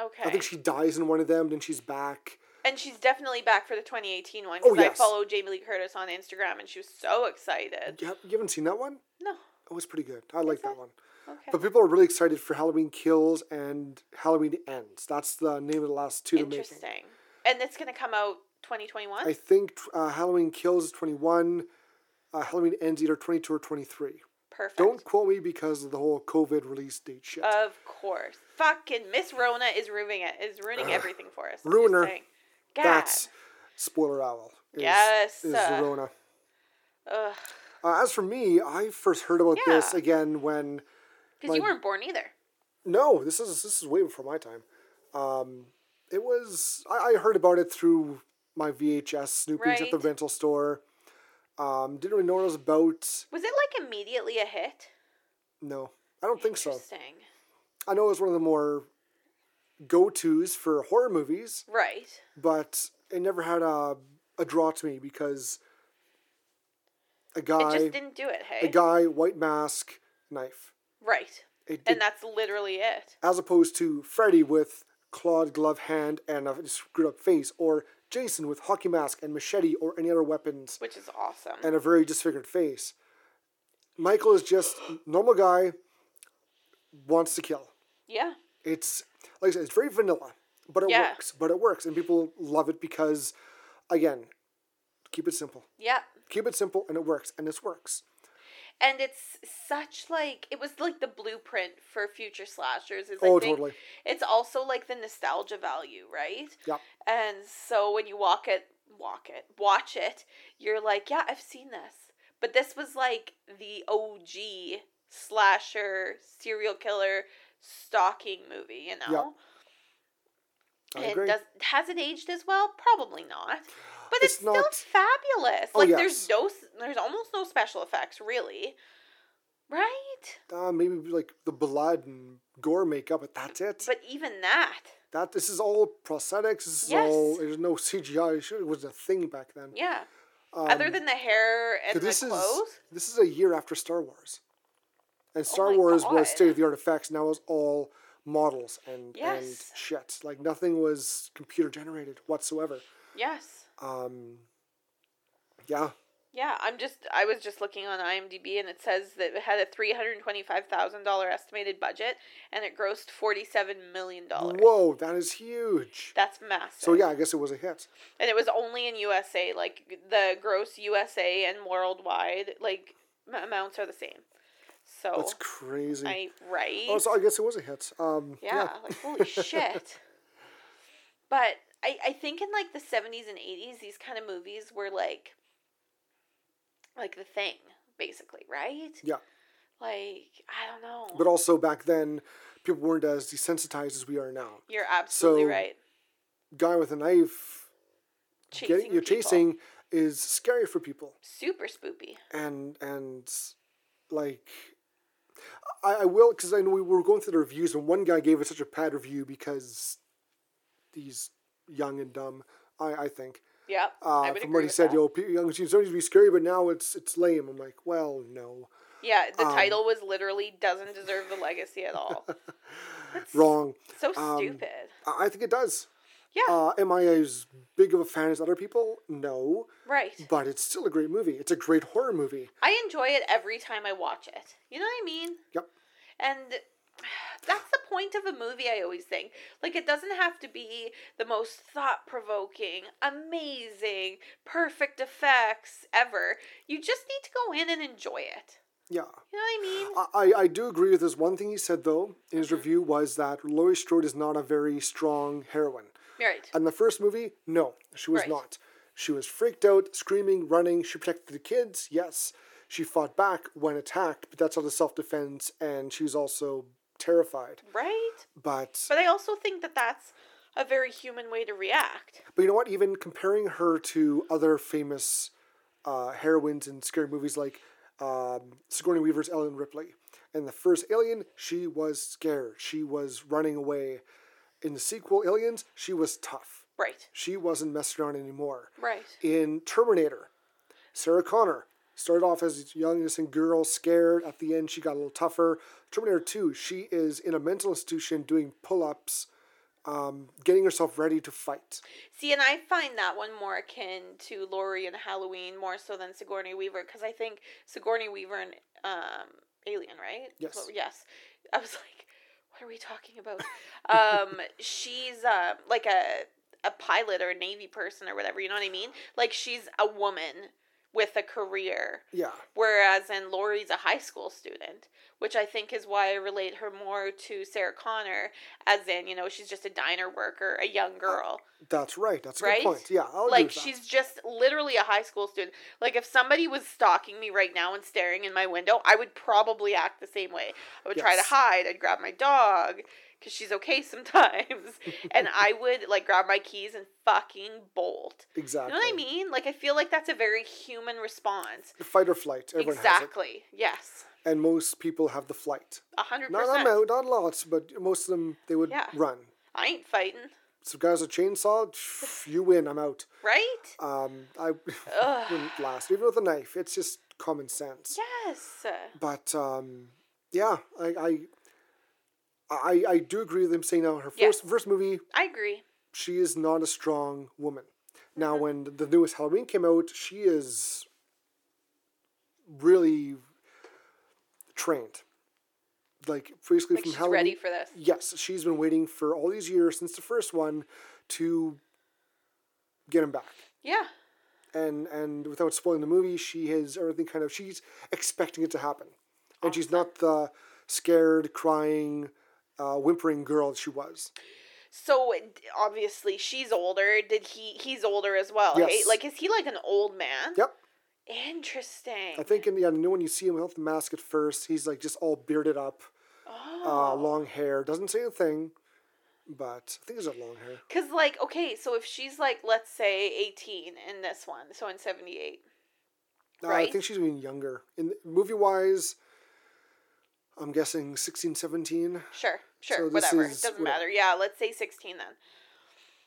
Speaker 8: Okay.
Speaker 7: I think she dies in one of them, then she's back.
Speaker 8: and she's definitely back for the 2018 one
Speaker 7: Oh,
Speaker 8: because I
Speaker 7: yes.
Speaker 8: follow Jamie Lee Curtis on Instagram and she was so excited.
Speaker 7: You ha- you haven't seen that one?
Speaker 8: No.
Speaker 7: It was pretty good. I like that one.
Speaker 8: Okay.
Speaker 7: But people are really excited for Halloween Kills and Halloween Ends. That's the name of the last two they're making.
Speaker 8: Interesting. And it's going to come out 2021?
Speaker 7: I think uh, Halloween Kills is 21, uh, Halloween Ends either 22 or 23.
Speaker 8: Perfect.
Speaker 7: Don't quote me because of the whole COVID release date shit.
Speaker 8: Of course. Fucking Miss Rona is ruining it. Is ruining everything for us. I'm just
Speaker 7: Ruiner.
Speaker 8: saying. God.
Speaker 7: That's spoiler owl. Is,
Speaker 8: Yes,
Speaker 7: Is
Speaker 8: uh,
Speaker 7: Rona.
Speaker 8: Ugh.
Speaker 7: Uh, as for me, I first heard about this
Speaker 8: Yeah.
Speaker 7: again when
Speaker 8: Because you
Speaker 7: Like-
Speaker 8: weren't born either.
Speaker 7: No, this is this is way before my time. Um, it was I, I heard about it through my VHS snoopings at the
Speaker 8: Right.
Speaker 7: rental store. Um, didn't really know what it was about.
Speaker 8: Was it like immediately a hit?
Speaker 7: No, I don't think so.
Speaker 8: Interesting.
Speaker 7: I know it was one of the more go tos for horror movies,
Speaker 8: Right.
Speaker 7: but it never had a a draw to me because a
Speaker 8: It
Speaker 7: guy,
Speaker 8: just didn't do it, hey?
Speaker 7: a guy, white mask, knife.
Speaker 8: right.
Speaker 7: It,
Speaker 8: And
Speaker 7: it-
Speaker 8: that's literally it.
Speaker 7: as opposed to Freddy with clawed glove hand and a screwed up face, or Jason with hockey mask and machete or any other weapons
Speaker 8: Which is awesome.
Speaker 7: and a very disfigured face. Michael is just normal guy wants to kill.
Speaker 8: yeah.
Speaker 7: It's like I said, it's very vanilla, but it
Speaker 8: Yeah.
Speaker 7: works. But it works, and people love it because, again, keep it simple.
Speaker 8: Yeah.
Speaker 7: Keep it simple, and it works, and this works.
Speaker 8: And it's such like it was like the blueprint for future slashers. Is
Speaker 7: Oh,
Speaker 8: I think
Speaker 7: totally.
Speaker 8: It's also like the nostalgia value, right?
Speaker 7: Yeah.
Speaker 8: And so when you walk it, walk it, watch it, you're like, yeah, I've seen this. But this was like the OG slasher serial killer stalking movie, you know.
Speaker 7: I
Speaker 8: And
Speaker 7: agree.
Speaker 8: does has it aged as well? Probably not. But
Speaker 7: It's
Speaker 8: it's, still
Speaker 7: not-
Speaker 8: fabulous.
Speaker 7: Oh,
Speaker 8: like
Speaker 7: yes.
Speaker 8: there's no, s- there's almost no special effects, really. Right?
Speaker 7: Uh, maybe like the blood and gore makeup, but that's it.
Speaker 8: But even that,
Speaker 7: that this is all prosthetics. This is
Speaker 8: Yes.
Speaker 7: all. There's no CGI. It should- It was a thing back then.
Speaker 8: yeah.
Speaker 7: Um,
Speaker 8: Other than the hair and
Speaker 7: this
Speaker 8: the
Speaker 7: is
Speaker 8: clothes, Oh
Speaker 7: this is a year after Star Wars, and Star
Speaker 8: my
Speaker 7: Wars
Speaker 8: God.
Speaker 7: was state of the art effects. Now it's all models and
Speaker 8: Yes.
Speaker 7: and shit. Like nothing was computer generated whatsoever.
Speaker 8: yes.
Speaker 7: Um, yeah,
Speaker 8: Yeah, I'm just I was just looking on IMDb and it says that it had a $325,000 estimated budget and it grossed 47 million dollars.
Speaker 7: whoa, that is huge.
Speaker 8: Oh, That's massive.
Speaker 7: so yeah, I guess it was a hit.
Speaker 8: And it was only in USA, like the gross USA and worldwide like m- amounts are the same. So
Speaker 7: That's crazy.
Speaker 8: Oh, I right.
Speaker 7: oh, so I guess it was a hit. Um,
Speaker 8: yeah, like holy shit. But I I think in like the 70s and 80s these kind of movies were like like the thing basically, right?
Speaker 7: yeah.
Speaker 8: Like I don't know.
Speaker 7: But also back then, people weren't as desensitized as we are now.
Speaker 8: You're absolutely
Speaker 7: So,
Speaker 8: right.
Speaker 7: Guy with a knife
Speaker 8: Chasing
Speaker 7: getting you're
Speaker 8: people.
Speaker 7: chasing is scary for people,
Speaker 8: Super spoopy.
Speaker 7: and and like I, I will because I know we were going through the reviews, and one guy gave it such a bad review because he's young and dumb. I I think.
Speaker 8: Yep. I
Speaker 7: Uh,
Speaker 8: would
Speaker 7: from
Speaker 8: agree
Speaker 7: what he
Speaker 8: with
Speaker 7: said,
Speaker 8: that.
Speaker 7: yo, pe- young teens don't need to be scary, but now it's it's lame. I'm like, well, no,
Speaker 8: Yeah, the
Speaker 7: um,
Speaker 8: title was literally doesn't deserve the legacy at all.
Speaker 7: wrong.
Speaker 8: So
Speaker 7: Um,
Speaker 8: stupid.
Speaker 7: I I think it does.
Speaker 8: Yeah.
Speaker 7: Uh, am I as big of a fan as other people? No,
Speaker 8: Right.
Speaker 7: but it's still a great movie. It's a great horror movie.
Speaker 8: I enjoy it every time I watch it. You know what I mean?
Speaker 7: Yep.
Speaker 8: And that's the point of a movie, I always think. Like, it doesn't have to be the most thought provoking, amazing, perfect effects ever. You just need to go in and enjoy it.
Speaker 7: Yeah.
Speaker 8: You know what I mean?
Speaker 7: I, I- I do agree with this one thing he said though in his review was that Laurie Strode is not a very strong heroine.
Speaker 8: Right.
Speaker 7: In the first movie, no, she was
Speaker 8: Right.
Speaker 7: not. She was freaked out, screaming, running. She protected the kids, yes. She fought back when attacked, but that's out of self defense, and she's also terrified.
Speaker 8: Right?
Speaker 7: But,
Speaker 8: But I also think that that's a very human way to react.
Speaker 7: but you know what? Even comparing her to other famous uh, heroines in scary movies like um, Sigourney Weaver's Ellen Ripley. In the first Alien, she was scared. She was running away. In the sequel, Aliens, she was tough.
Speaker 8: Right.
Speaker 7: She wasn't messing around anymore.
Speaker 8: Right.
Speaker 7: In Terminator, Sarah Connor started off as a young, innocent girl, scared. At the end, she got a little tougher. Terminator 2, she is in a mental institution doing pull ups, um, getting herself ready to fight.
Speaker 8: See, and I find that one more akin to Laurie and Halloween more so than Sigourney Weaver because I think Sigourney Weaver and um, Alien, right?
Speaker 7: Yes.
Speaker 8: Well, yes. I was like, what are we talking about? um, she's uh, like a a pilot or a navy person or whatever. You know what I mean? Like she's a woman with a career.
Speaker 7: Yeah.
Speaker 8: Whereas in Laurie's a high school student, which I think is why I relate her more to Sarah Connor, as in, you know, she's just a diner worker, a young girl.
Speaker 7: That's right. That's a
Speaker 8: Right?
Speaker 7: good point. Yeah, I'll
Speaker 8: like
Speaker 7: agree with that.
Speaker 8: she's just literally a high school student. Like if somebody was stalking me right now and staring in my window, I would probably act the same way. I would try to
Speaker 7: Yes.
Speaker 8: hide. I'd grab my dog because she's okay sometimes, and I would like grab my keys and fucking bolt. You
Speaker 7: Exactly.
Speaker 8: know what I mean? Like I feel like that's a very human response.
Speaker 7: Fight or flight. Everyone has
Speaker 8: exactly. Yes.
Speaker 7: it. And most people have the flight.
Speaker 8: A hundred
Speaker 7: Not, not,
Speaker 8: percent.
Speaker 7: mo- not lots, but most of them, they would
Speaker 8: Yeah.
Speaker 7: run.
Speaker 8: I ain't fighting.
Speaker 7: some guys with a chainsaw, pff, you win. I'm out.
Speaker 8: right?
Speaker 7: Um, I wouldn't last, even with a knife. It's just common sense.
Speaker 8: Yes.
Speaker 7: But um, yeah, I, I I I do agree with him saying now her first
Speaker 8: Yes.
Speaker 7: first movie
Speaker 8: I agree.
Speaker 7: she is not a strong woman. Now,
Speaker 8: Mm-hmm.
Speaker 7: when the newest Halloween came out, she is really trained. Like basically
Speaker 8: Like
Speaker 7: from
Speaker 8: she's
Speaker 7: Halloween.
Speaker 8: ready for this.
Speaker 7: Yes, she's been waiting for all these years since the first one to get him back.
Speaker 8: Yeah.
Speaker 7: And and without spoiling the movie, she has everything kind of she's expecting it to happen, and she's not the scared, crying, uh, whimpering girl that she was.
Speaker 8: So d- obviously she's older. Did he? He's older as well,
Speaker 7: Yes.
Speaker 8: right? Like, is he like an old man?
Speaker 7: Yep.
Speaker 8: Interesting.
Speaker 7: I think in the end, when you see him without the mask at first, he's like just all bearded up,
Speaker 8: Oh.
Speaker 7: uh, long hair, doesn't say a thing, but I think he's got long hair.
Speaker 8: Cause like, okay, so if she's like, let's say eighteen in this one, so in seventy eight.
Speaker 7: Uh, I
Speaker 8: Right.
Speaker 7: think she's even younger. In movie wise, I'm guessing 16, 17.
Speaker 8: Sure, sure,
Speaker 7: So this
Speaker 8: whatever.
Speaker 7: is-
Speaker 8: It doesn't
Speaker 7: whatever.
Speaker 8: matter. Yeah, let's say sixteen then,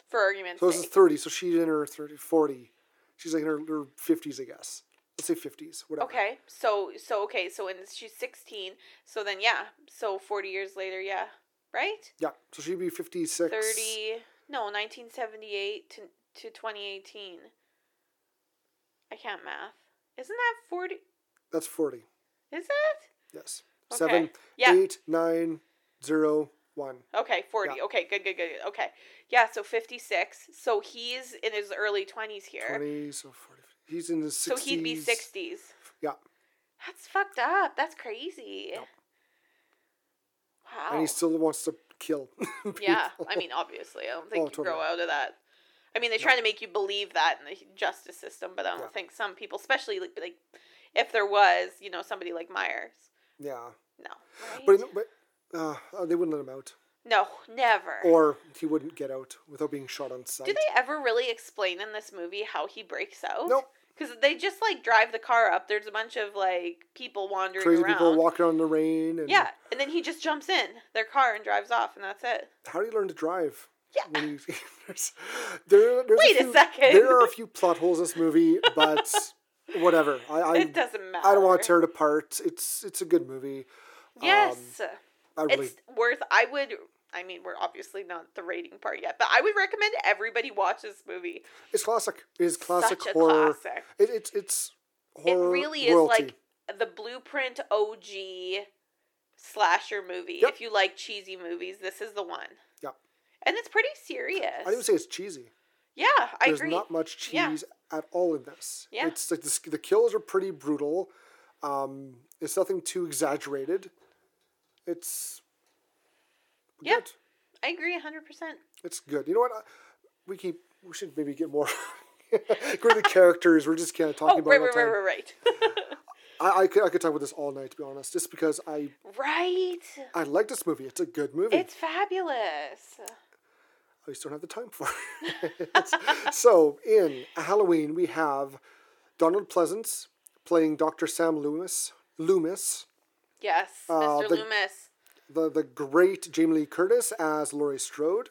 Speaker 8: for argument's
Speaker 7: So this
Speaker 8: sake.
Speaker 7: is 30, so she's in her 30, 40. She's like in her, her 50s, I guess. Let's say 50s, whatever.
Speaker 8: Okay, so so okay, so when she's sixteen, so then yeah, so forty years later, yeah, right?
Speaker 7: Yeah, so she'd be 56.
Speaker 8: Thirty, no, nineteen seventy eight to to twenty eighteen. I can't math. Isn't that forty?
Speaker 7: That's 40,
Speaker 8: Is it?
Speaker 7: yes.
Speaker 8: Okay.
Speaker 7: Seven,
Speaker 8: Yeah.
Speaker 7: eight, nine, zero, one.
Speaker 8: Okay, forty.
Speaker 7: Yeah.
Speaker 8: Okay, good, good, good. good. Okay, yeah. So fifty six. So he's in his early twenties here.
Speaker 7: 20, so 40. He's in his 60s.
Speaker 8: So he'd be sixties.
Speaker 7: Yeah.
Speaker 8: That's fucked up. That's crazy. Wow.
Speaker 7: and he still wants to kill.
Speaker 8: Oh. Yeah,
Speaker 7: people.
Speaker 8: I mean, obviously, I don't
Speaker 7: Oh,
Speaker 8: think you
Speaker 7: totally.
Speaker 8: grow out of that. I mean, they try to make you believe that in the justice system, but I don't
Speaker 7: Yeah.
Speaker 8: think some people, especially like, like if there was, you know, somebody like Myers,
Speaker 7: yeah,
Speaker 8: no, right?
Speaker 7: but but uh, uh, they wouldn't let him out,
Speaker 8: no, never.
Speaker 7: or he wouldn't get out without being shot on sight.
Speaker 8: Do they ever really explain in this movie how he breaks out?
Speaker 7: Nope.
Speaker 8: Because they just like drive the car up. There's a bunch of like people wandering
Speaker 7: Crazy
Speaker 8: around.
Speaker 7: people walking on the rain. And
Speaker 8: yeah, and then he just jumps in their car and drives off, and that's it.
Speaker 7: How do you learn to drive?
Speaker 8: Yeah.
Speaker 7: When you, there's, there, there's
Speaker 8: Wait a
Speaker 7: few-
Speaker 8: second.
Speaker 7: There are a few plot holes in this movie, but whatever. I I,
Speaker 8: it doesn't matter.
Speaker 7: I don't want to tear it apart. It's it's a good movie.
Speaker 8: Yes.
Speaker 7: Um, I really
Speaker 8: it's worth I would I mean we're obviously not the rating part yet, but I would recommend everybody watch this movie.
Speaker 7: it's classic. It is classic
Speaker 8: Such a
Speaker 7: horror.
Speaker 8: classic.
Speaker 7: It, it's it's horror.
Speaker 8: it really is
Speaker 7: royalty.
Speaker 8: like the blueprint OG slasher movie.
Speaker 7: Yep.
Speaker 8: If you like cheesy movies, this is the one.
Speaker 7: Yeah.
Speaker 8: And it's pretty serious.
Speaker 7: I didn't say it's cheesy.
Speaker 8: yeah, I
Speaker 7: There's
Speaker 8: agree.
Speaker 7: not much cheese
Speaker 8: Yeah.
Speaker 7: at all in this.
Speaker 8: Yeah.
Speaker 7: It's like the, sk- the kills are pretty brutal. Um, it's nothing too exaggerated. It's
Speaker 8: Yeah.
Speaker 7: good.
Speaker 8: I agree 100%.
Speaker 7: It's good. You know what? I- We keep we should maybe get more go to the characters. We're just kind of talking
Speaker 8: Oh,
Speaker 7: about
Speaker 8: right,
Speaker 7: it all
Speaker 8: right,
Speaker 7: the
Speaker 8: right,
Speaker 7: time.
Speaker 8: right,
Speaker 7: I, I could I could talk about this all night to be honest. Just because I
Speaker 8: right. right.
Speaker 7: I like this movie. It's a good movie.
Speaker 8: It's fabulous.
Speaker 7: I just don't have the time for it. so, in Halloween, we have Donald Pleasance playing Dr. Sam Loomis, Loomis,
Speaker 8: Yes, Mr.
Speaker 7: Uh, the-
Speaker 8: Loomis.
Speaker 7: the, the great Jamie Lee Curtis as Laurie Strode,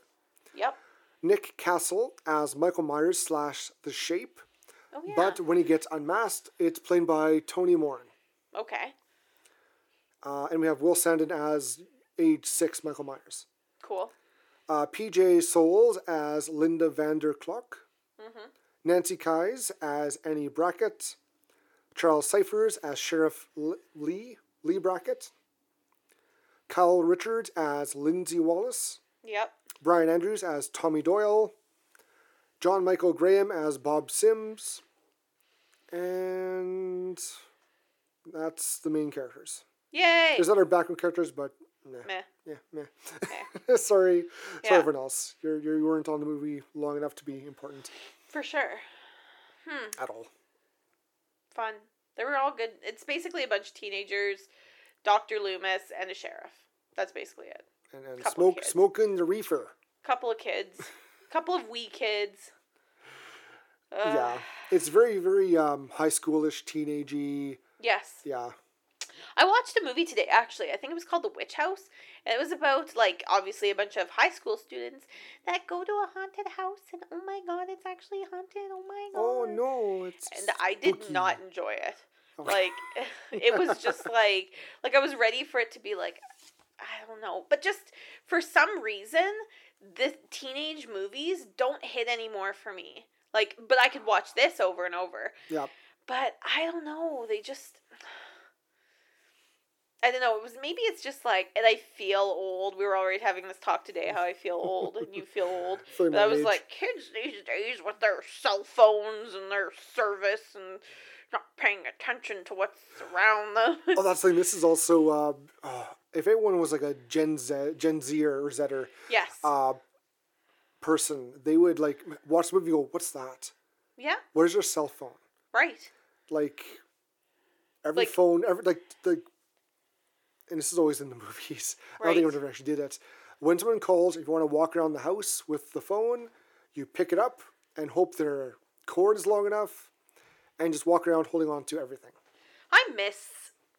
Speaker 8: Yep.
Speaker 7: Nick Castle as Michael Myers slash The Shape,
Speaker 8: Oh yeah.
Speaker 7: but when he gets unmasked, it's played by Tony Moran.
Speaker 8: okay.
Speaker 7: Uh, and we have Will Sandon as age six Michael Myers,
Speaker 8: Cool.
Speaker 7: uh, PJ Souls as Linda Vanderklok, Nancy Kies as Annie Brackett, Charles Cyphers as Sheriff L- Lee Lee Brackett, Kyle Richards as Lindsay Wallace,
Speaker 8: Yep.
Speaker 7: Brian Andrews as Tommy Doyle, John Michael Graham as Bob Sims, and that's the main characters.
Speaker 8: Yay.
Speaker 7: There's other background characters, but nah.
Speaker 8: Meh.
Speaker 7: Yeah, meh. sorry, sorry,
Speaker 8: Yeah.
Speaker 7: everyone else. You're, you're, you weren't on the movie long enough to be important
Speaker 8: For sure. Mm.
Speaker 7: at all.
Speaker 8: Fun. They were all good. It's basically a bunch of teenagers, Dr. Loomis, and a sheriff. That's basically it.
Speaker 7: And, and
Speaker 8: Couple
Speaker 7: smoke,
Speaker 8: kids.
Speaker 7: smoking the reefer.
Speaker 8: Couple of kids. couple of wee kids. Uh,
Speaker 7: yeah, it's very, very um, high schoolish, teenagey.
Speaker 8: Yes.
Speaker 7: Yeah,
Speaker 8: I watched a movie today, actually. I think it was called The Witch House. And it was about, like, obviously a bunch of high school students that go to a haunted house and oh my god, it's actually haunted. Oh my god.
Speaker 7: Oh no, it's
Speaker 8: And I did
Speaker 7: spooky.
Speaker 8: not enjoy it.
Speaker 7: Okay.
Speaker 8: Like it was just like like I was ready for it to be like I don't know, but just for some reason the teenage movies don't hit anymore for me. Like but I could watch this over and over.
Speaker 7: yeah.
Speaker 8: But I don't know. They just. I don't know. It was maybe it's just like, and I feel old. We were already having this talk today. How I feel old and you feel old.
Speaker 7: Sorry,
Speaker 8: but
Speaker 7: my
Speaker 8: I was
Speaker 7: age.
Speaker 8: like, kids these days with their cell phones and their service and not paying attention to what's around them.
Speaker 7: Oh, that's the thing. This is also uh, uh, if anyone was like a Gen Z, Gen Zer or Zetter
Speaker 8: yes.
Speaker 7: uh, person, they would like watch the movie. and Go, what's that?
Speaker 8: yeah.
Speaker 7: Where's your cell phone?
Speaker 8: Right.
Speaker 7: Like every
Speaker 8: Like-
Speaker 7: phone, every like like. And this is always in the movies. I don't think
Speaker 8: Right.
Speaker 7: anyone ever actually did it. When someone calls, if you want to walk around the house with the phone, you pick it up and hope their cord is long enough, and just walk around holding on to everything.
Speaker 8: I miss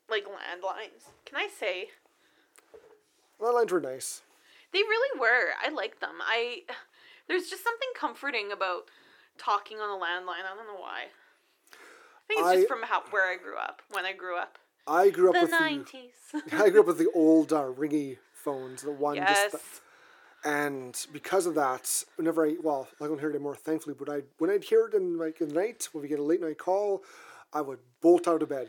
Speaker 8: like landlines. Can I say?
Speaker 7: Well, lines were nice.
Speaker 8: They really were. I like them. I there's just something comforting about talking on a landline. I don't know why. I think it's
Speaker 7: I-
Speaker 8: just from how where I grew up. When I grew up,
Speaker 7: I grew up
Speaker 8: the
Speaker 7: with the-
Speaker 8: nineties.
Speaker 7: I grew up with the old uh, ringy phones, the one
Speaker 8: yes,
Speaker 7: just, and because of that, whenever I well, I don't hear it anymore, thankfully. But I when I'd hear it in like in the night when we get a late night call, I would bolt out of bed.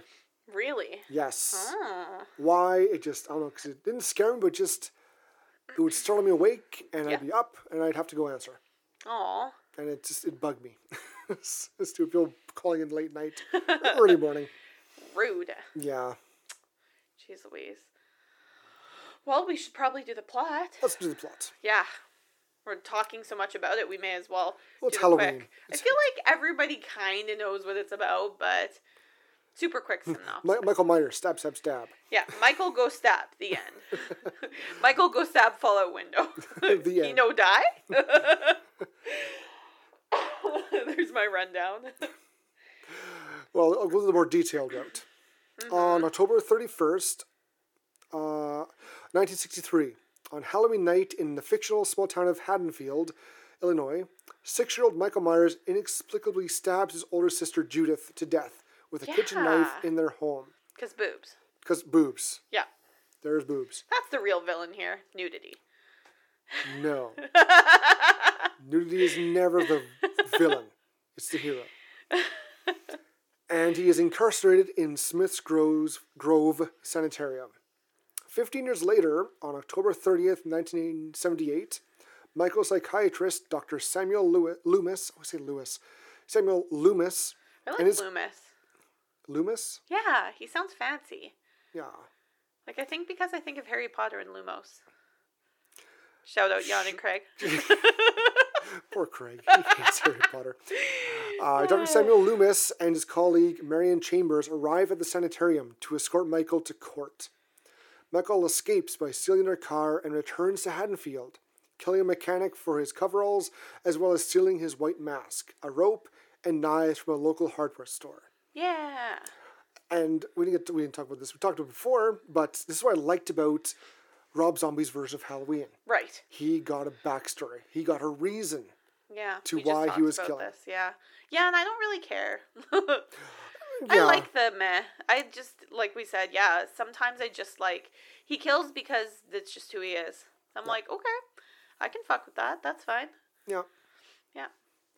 Speaker 8: really.
Speaker 7: Yes,
Speaker 8: Oh,
Speaker 7: why? It just I don't know because it didn't scare me, but just it would startle me awake, and
Speaker 8: Yeah.
Speaker 7: I'd be up, and I'd have to go answer,
Speaker 8: Aw.
Speaker 7: and it just it bugged me. it's stupid people calling in late night, early morning.
Speaker 8: rude.
Speaker 7: Yeah,
Speaker 8: Jeez Louise. Well, we should probably do the plot.
Speaker 7: let's do the plot.
Speaker 8: Yeah. We're talking so much about it, we may as well.
Speaker 7: Well,
Speaker 8: do
Speaker 7: it's
Speaker 8: it
Speaker 7: Halloween.
Speaker 8: Quick. I feel like everybody kind of knows what it's about, but super quick synopsis.
Speaker 7: Mi- Michael Myers, stab, stab, stab.
Speaker 8: Yeah, Michael go stab the end. Michael go stab fallout window.
Speaker 7: The
Speaker 8: He
Speaker 7: end.
Speaker 8: no die. There's my rundown.
Speaker 7: Well, I'll go to the more detailed route. On October 31st, uh, 1963, on Halloween night in the fictional small town of Haddonfield, Illinois, six year old Michael Myers inexplicably stabs his older sister Judith to death with a kitchen knife
Speaker 8: Yeah.
Speaker 7: in their home.
Speaker 8: Cause boobs.
Speaker 7: Because boobs.
Speaker 8: Yeah,
Speaker 7: There's boobs.
Speaker 8: that's the real villain here. Nudity.
Speaker 7: No. Nudity is never the villain, it's the hero. And he is incarcerated in Smith's Grove, Grove Sanitarium. Fifteen years later, on October 30th, 1978, Michael psychiatrist Dr. Samuel Lewi- Loomis, I always say Lewis, Samuel Loomis,
Speaker 8: I like
Speaker 7: And it's-
Speaker 8: Loomis.
Speaker 7: Loomis?
Speaker 8: Yeah, he sounds fancy.
Speaker 7: Yeah.
Speaker 8: Like I think because I think of Harry Potter and Lumos. Shout out Jan and Craig.
Speaker 7: Poor Craig. He hates Harry Potter. Uh, Dr. Samuel Loomis and his colleague Marion Chambers arrive at the sanitarium to escort Michael to court. Michael escapes by stealing their car and returns to Haddonfield, killing a mechanic for his coveralls as well as stealing his white mask, a rope, and knives from a local hardware store.
Speaker 8: yeah.
Speaker 7: And we didn't, get to, we didn't talk about this. We talked about it before, but this is what I liked about Rob Zombie's version of Halloween.
Speaker 8: Right.
Speaker 7: He got a backstory. He got a reason.
Speaker 8: Yeah.
Speaker 7: to
Speaker 8: we just
Speaker 7: why he
Speaker 8: talked
Speaker 7: was
Speaker 8: about
Speaker 7: killing.
Speaker 8: This. Yeah. Yeah, and I don't really care. I
Speaker 7: Yeah.
Speaker 8: like the meh. I just like we said, yeah, sometimes I just like he kills because that's just who he is. I'm like, okay. I can fuck with that. That's fine.
Speaker 7: Yeah.
Speaker 8: Yeah.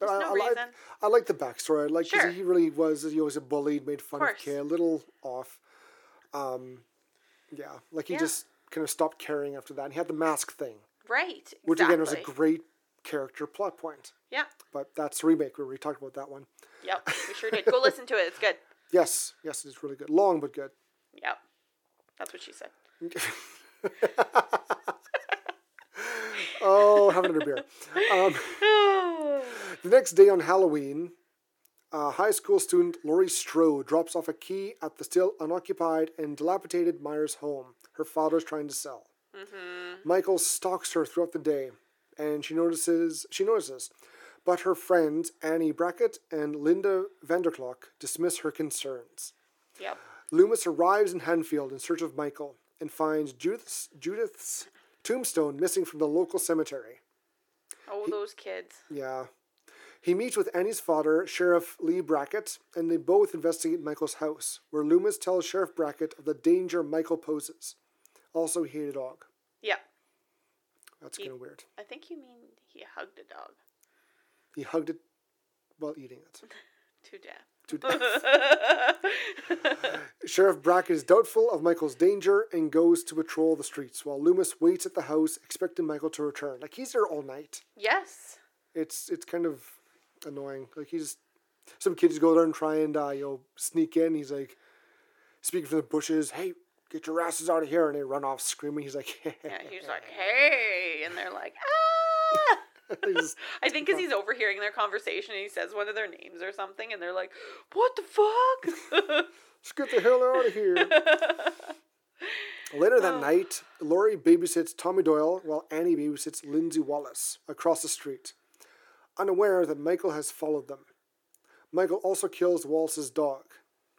Speaker 7: But
Speaker 8: There's
Speaker 7: I,
Speaker 8: no
Speaker 7: I, like,
Speaker 8: reason.
Speaker 7: I like the backstory. I like 'cause
Speaker 8: Sure.
Speaker 7: he really was. He was a bully, made fun of,
Speaker 8: Course.
Speaker 7: Kay, a little off. Um, yeah, like he
Speaker 8: Yeah.
Speaker 7: just kind of stopped caring after that. And he had the mask thing,
Speaker 8: Right. Exactly.
Speaker 7: which again was a great character plot point.
Speaker 8: Yeah.
Speaker 7: But that's the remake where we talked about that one.
Speaker 8: Yep. We sure did. Go listen to it. It's good.
Speaker 7: Yes, yes, it's really good. Long but good.
Speaker 8: Yep. That's what she said.
Speaker 7: Oh, have another beer. Um, the next day on Halloween, uh, high school student Laurie Strode drops off a key at the still unoccupied and dilapidated Myers home her father's trying to sell. Michael stalks her throughout the day, and she notices she notices, but her friends Annie Brackett and Linda Vanderklok dismiss her concerns.
Speaker 8: Yep.
Speaker 7: Loomis arrives in Henfield in search of Michael and finds Judith's, Judith's tombstone missing from the local cemetery.
Speaker 8: Oh, those kids.
Speaker 7: Yeah. He meets with Annie's father, Sheriff Lee Brackett, and they both investigate Michael's house, where Loomis tells Sheriff Brackett of the danger Michael poses. Also, he ate a dog.
Speaker 8: Yeah.
Speaker 7: That's
Speaker 8: He-
Speaker 7: kind of weird.
Speaker 8: I think you mean he hugged a dog
Speaker 7: He hugged it while eating it.
Speaker 8: to death.
Speaker 7: to death. Sheriff Brackett is doubtful of Michael's danger and goes to patrol the streets while Loomis waits at the house, expecting Michael to return. Like he's there all night.
Speaker 8: Yes.
Speaker 7: It's it's kind of annoying. Like he's some kids go there and try and uh, you know sneak in. He's like speaking from the bushes. Hey, get your asses out of here! And they run off screaming. He's like,
Speaker 8: Yeah, he was like, hey. And they're like, ah.
Speaker 7: They just-
Speaker 8: I think because he's overhearing their conversation and he says one of their names or something, and they're like, what the fuck?
Speaker 7: Let's get the hell out of here. Later that night, Lori babysits Tommy Doyle while Annie babysits Lindsay Wallace across the street, unaware that Michael has followed them. Michael also kills Wallace's dog.